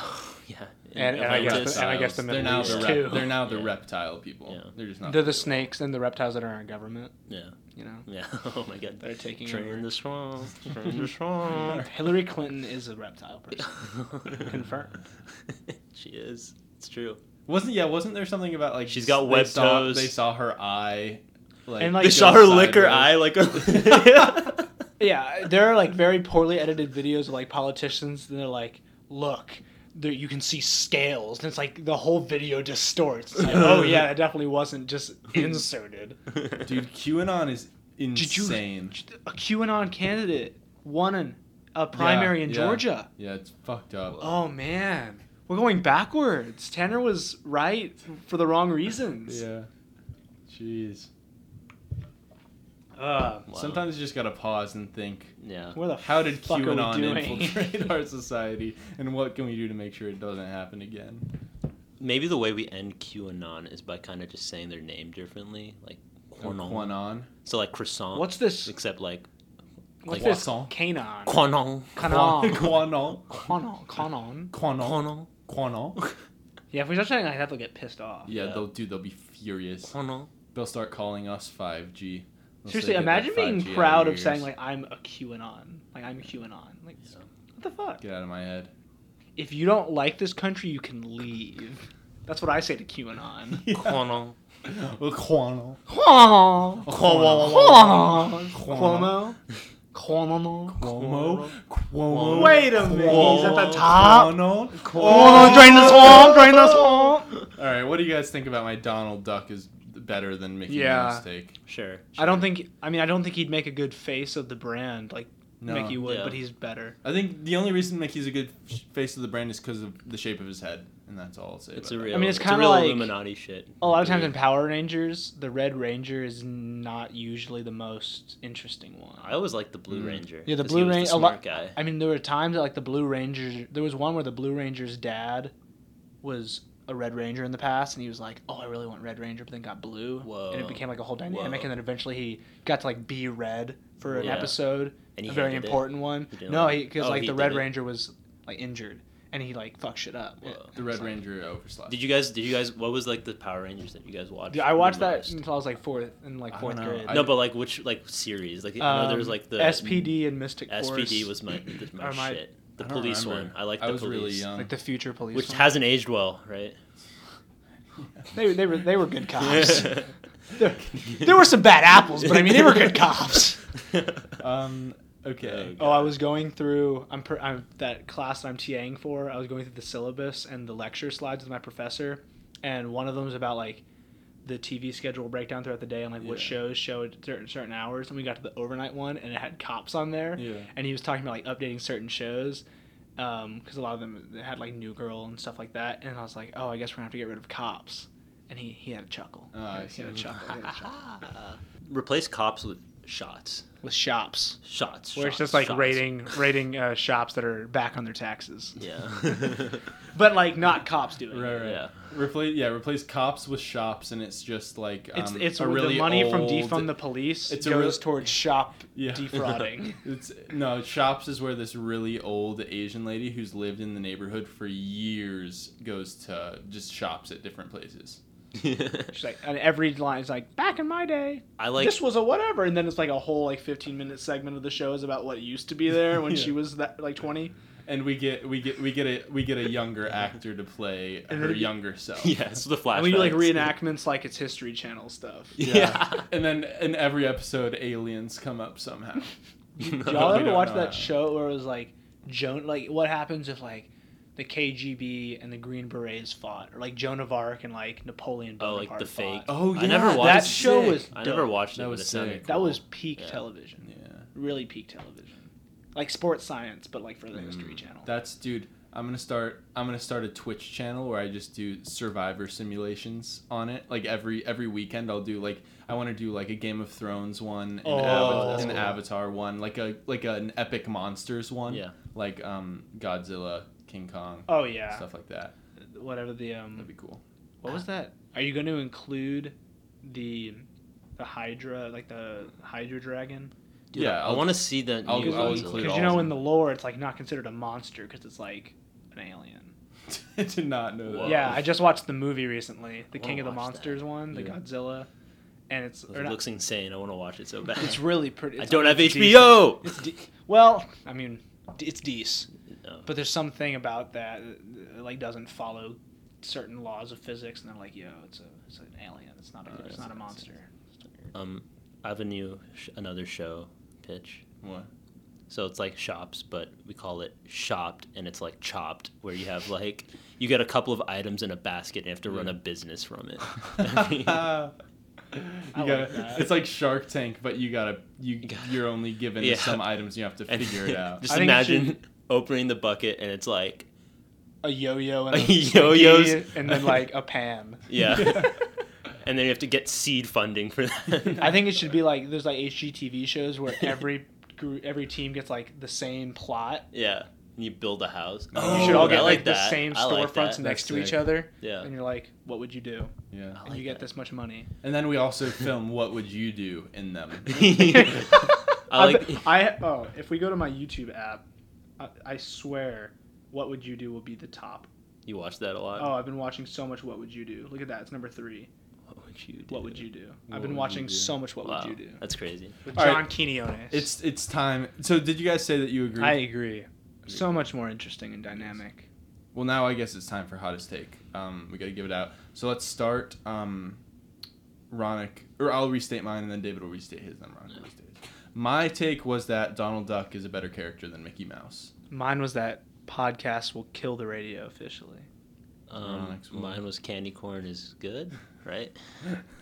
yeah
And- and I guess
Atlantis.
the- and I guess the
they're
Middle
now
East,
the
too.
they're now the
Yeah.
reptile people.
Yeah.
They're just not.
They're the
real.
snakes and the reptiles that are in our government.
yeah
You know,
Yeah. Oh my God.
They're taking
Train
over.
the swamp. Train the swamp.
Hillary Clinton is a reptile person. Confirmed.
she is. It's true.
Wasn't yeah? Wasn't there something about like
She's got
they
webbed
saw-
toes.
They saw her eye. Like,
And, like-
They
It
saw her
goes
lick her
sideways.
eye like.
Yeah, there are like very poorly edited videos of like politicians, and they're like, "Look, there you can see scales," and it's like the whole video distorts. It's like, oh yeah, it definitely wasn't just inserted.
dude, QAnon is
Did you?
insane.
A QAnon candidate won an, a primary in
yeah.
Georgia.
Yeah, it's fucked up.
Oh man, we're going backwards. Tanner was right for the wrong reasons.
Yeah. Jeez.
Uh,
Wow.
Sometimes you just gotta pause and think.
yeah.
where the
How did
fuck are we doing?
QAnon infiltrate our society, and what can we do to make sure it doesn't happen again?
Maybe the way we end QAnon is by kind of just saying their name differently, like
Or
Quanon.
Quanon.
So like croissant.
What's this?
except like
What's
like
this?
croissant.
Canon.
Quanon.
Canon.
Quanon.
Canon. Canon.
Quanon.
Quanon.
Quanon.
Yeah, if we start saying like that, they'll get pissed off.
Yeah,
Yeah.
they'll do. They'll be furious.
Quanon.
They'll start calling us 5G. They'll
Seriously,
say, "Get that
imagine being
5G out
proud
your
of saying
ears.
like I'm a QAnon. Like I'm QAnon. Like what the fuck?
"Get out of my head."
If you don't like this country, you can leave. That's what I say to QAnon.
Quanon.
Quanon.
Cuomo.
Cuomo.
Cuomo. Cuomo.
Cuomo. Cuomo.
Wait a minute, he's at the top.
Quanon.
Oh, drain the swamp, drain the swamp.
All right, what do you guys think about my Donald Duck is better than Mickey
Yeah.
Mouse take?
Sure.
I don't think. I mean, I don't think he'd make a good face of the brand like
No.
Mickey would,
Yeah.
but he's better.
I think the only reason Mickey's a good sh- face of the brand is because of the shape of his head, and that's all I'll say.
It's a
about
real.
I mean, it's
it's a
kinda
real
like-
Illuminati shit.
A lot of times in Power Rangers, the Red Ranger is not usually the most interesting one.
I always liked the Blue
Hmm.
Mm.
Ranger.
Yeah, the
'cause
Blue
he was
Ranger-
The
a
smart
lot-
guy.
I mean, there were times that like the Blue Ranger. There was one where the Blue Ranger's dad was a Red Ranger in the past, and he was like, "Oh, I really want Red Ranger," but then got blue, and
Whoa.
it became like a whole dynamic.
Whoa.
And then eventually he got to like be red for an
Yeah.
episode,
And he
a very
hated it.
important one.
He didn't
No,
like it.
because
Oh,
like
he
the Red
did it.
Ranger was like injured, and he like fucked shit up.
Whoa.
it. The Red Ranger overslap.
Did you guys? Did you guys? What was like the Power Rangers that you guys watched?
Dude, I
the
watched that
most?
until I was like fourth in like
I
fourth
don't know.
grade.
I-
No, but like which like series? Like I know there was
Um,
like the
SPD and Mystic
SPD
Force,
was my my
Or my-
shit. The
I don't
police
remember.
one. I like the
I was
police.
really young.
like the future police.
Which
one.
hasn't aged well, right?
they they were they were good cops. there, there were some bad apples, but I mean they were good cops.
Um. Okay.
Oh, I was going through. I'm, per, I'm that class that I'm TAing for. I was going through the syllabus and the lecture slides with my professor, and one of them was about like the TV schedule breakdown throughout the day and like what
Yeah.
shows show at certain certain hours. And we got to the overnight one, and it had cops on there.
Oh, Yeah.
And he was talking about like updating certain shows, because a lot of them had like New Girl and stuff like that. And I was like, oh, I guess we're gonna have to get rid of cops. And he, he had a chuckle.
Oh, I
he
see.
had a chuckle. He had a chuckle.
Replace cops with shots.
With shops.
Shots.
Where it's
shots,
just like
shots.
rating rating uh, shops that are back on their taxes,
Yeah.
but like not cops doing. it.
Right, right.
Yeah.
Replace, yeah, replace cops with shops, and it's just like um,
It's it's
a
where
really
the money from
old-
defund the police
it's a
goes
real-
towards shop
Yeah.
defrauding.
It's no shops is where this really old Asian lady who's lived in the neighborhood for years goes to just shops at different places.
She's like, and every line is like, "Back in my day,
I like
this was a whatever," and then it's like a whole like fifteen minute segment of the show is about what used to be there when
Yeah.
she was that like twenty.
And we get we get we get a we get a younger actor to play
And
her
then-
younger self.
Yeah, it's the flashback.
And we do like reenactments like it's History Channel stuff.
Yeah.
And then in every episode, aliens come up somehow.
Y'all
We
ever
don't
watch
know how.
that show where it was like, Joan, like what happens if like the KGB and the Green Berets fought, or like Joan of Arc and like Napoleon
Oh,
Bonaparte
like the fake.
fought?
Oh,
I never
yeah,
watched
that
That's
show
sick.
was.
I never
dope.
watched
That
it, but
was
it sounded
sick.
That
cool.
was peak
Yeah.
television.
Yeah.
Really peak television, like sports science, but like for the
Mm.
History Channel.
That's dude. I'm gonna start. I'm gonna start a Twitch channel where I just do Survivor simulations on it. Like every every weekend, I'll do like I want to do like a Game of Thrones one, an,
Oh,
Ava-
that's
an
cool.
Avatar one, like a like an epic monsters one.
Yeah.
Like um Godzilla, King Kong,
oh yeah,
stuff like that.
whatever the
That'd
um,
be cool.
what was that? Are you going to include the the Hydra, like the Hydra dragon?
Dude,
yeah,
I
I'll-
want to see the
I'll-
new
I'll
Godzilla.
include
Because
all
you know
of
in the
them.
lore, it's like not considered a monster because it's like an alien.
I did not know that.
Whoa.
Yeah, I just watched the movie recently, the
wanna
King of the
watch that.
Monsters one, the
Yeah.
Godzilla, and it's or
It
not-
looks insane. I want to watch it so bad.
it's really pretty.
I
it's-
don't have
it's
HBO.
decent. It's de- well, I mean, d- it's decent,
No.
but there's something about that that like doesn't follow certain laws of physics, and they're like, yo, it's a it's an alien. It's
Oh,
not a it's not a monster.
Um, I have a new sh- another show pitch.
What?
So it's like shops, but we call it shopped, and it's like chopped, where you have like you get a couple of items in a basket and you have to run
Yeah.
a business from it.
you gotta,
like that.
it's like Shark Tank, but you gotta you,
gotta-
you're only given
Yeah.
some items. You have to
And
figure it out.
Just
I think it should-
imagine opening the bucket and it's like
A yo-yo
a
and a,
yo-yo's
and then like a pan.
yeah, and and then you have to get seed funding for that.
I think it should be like there's like HGTV shows where every group, every team gets like the same plot.
yeah, and you build a house.
you should all get
I
Oh, like, the
that.
same
I like
storefronts
that.
next to
That's
each
sick.
other,
Yeah.
and you're like, what would you do?
Yeah.
I
And you
like
get
that.
this much money.
And then we also film what would you do in them.
I
I,
like-
bet- I oh, if we go to my YouTube app, I, I swear, what would you do will be the top.
You watch that a lot.
Oh, I've been watching so much. What would you do? Look at that. It's number three.
What would you do?
What would you do?
What would
I've been
you
watching
do?
so much. What
Wow,
would you do?
that's crazy.
With
All right.
John Quinones.
it's it's time. So did you guys say that you agree?
I agree. So much more interesting and dynamic.
Well, now I guess it's time for hottest take. Um, we got to give it out. So let's start. Um, Ronick, or I'll restate mine, and then David will restate his. Then Ronick will restate his. My take was that Donald Duck is a better character than Mickey Mouse.
Mine was that podcasts will kill the radio officially.
Um,
Next one.
mine was candy corn is good, right?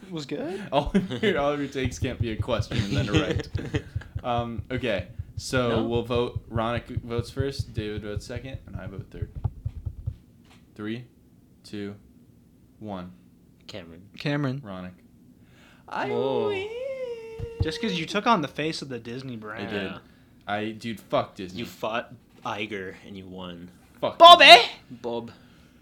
It was good.
All of your, all of your takes can't be a question and then a right. Um, okay, so
No?
we'll vote. Ronick votes first. David votes second, and I vote third. Three, two, one.
Cameron.
Cameron.
Ronick. I
Whoa.
Just because you took on the face of the Disney brand.
did. I dude, fuck Disney.
You fought Iger and you won.
fuck
Bobby!
Bob.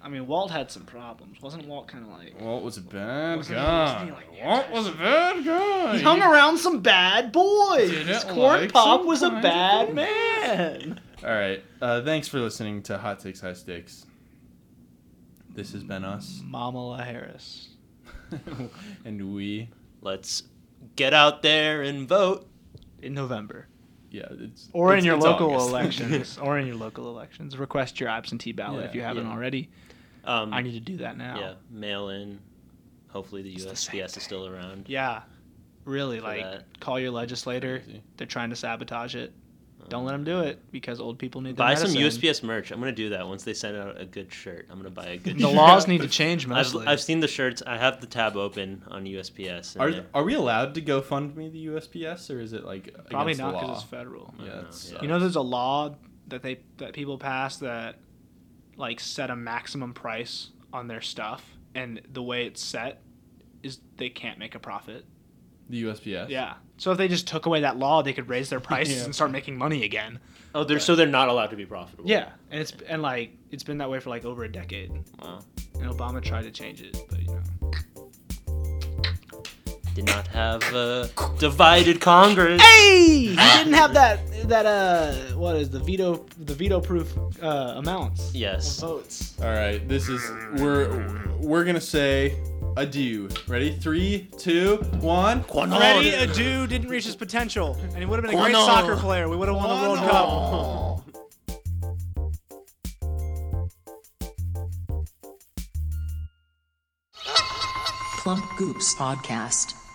I mean, Walt had some problems. Wasn't Walt kind of like.
Walt was a bad
Wasn't he-
guy.
wasn't he like-
Walt was a bad guy.
He hung around some bad boys.
Didn't
Corn
like
Pop
some
was a
kinds of
bad
boys.
man.
All right. Uh, thanks for listening to Hot Takes High Stakes. This has been us,
Mamala Harris.
and we.
Let's get out there and vote.
In November.
Yeah, it's
Or
it's-
in your
it's
local
August.
elections. or in your local elections. Request your absentee ballot
Yeah,
if you haven't
yeah.
already.
Um,
I need to do that now.
yeah, mail in. Hopefully the
the
USPS
same
is still around.
Yeah. Really,
For
like,
that.
call your legislator.
Crazy.
They're trying to sabotage it. Don't let them do it because old people need their
Buy some
medicine.
USPS merch. I'm gonna do that once they send out a good shirt. I'm gonna buy a good.
The
shirt.
laws need to change
I've,
mostly.
I've seen the shirts. I have the tab open on USPS. and
Are,
they're-
are we allowed to go fund me the USPS or is it like
Probably
against
not
the law?
because it's federal.
I don't
Yeah,
know,
it's, uh,
yeah.
You know, there's a law that they that people pass that like set a maximum price on their stuff, and the way it's set is they can't make a profit.
the USPS.
Yeah. So if they just took away that law, they could raise their prices
Yeah.
and start making money again.
oh, they're so they're not allowed to be profitable.
Yeah, and it's and like it's been that way for like over a decade,
Wow.
and Obama tried to change it, but you know.
Did not have a divided Congress.
Hey, he didn't have that that uh what is the veto the veto proof uh amounts.
Yes.
Votes.
All right. This is we're we're gonna say adieu. Ready? Three, two, one.
Freddie Adu didn't reach his potential, and he would have been a great
Quano.
soccer player. We would have won the World Cup.
Plump Goops Podcast.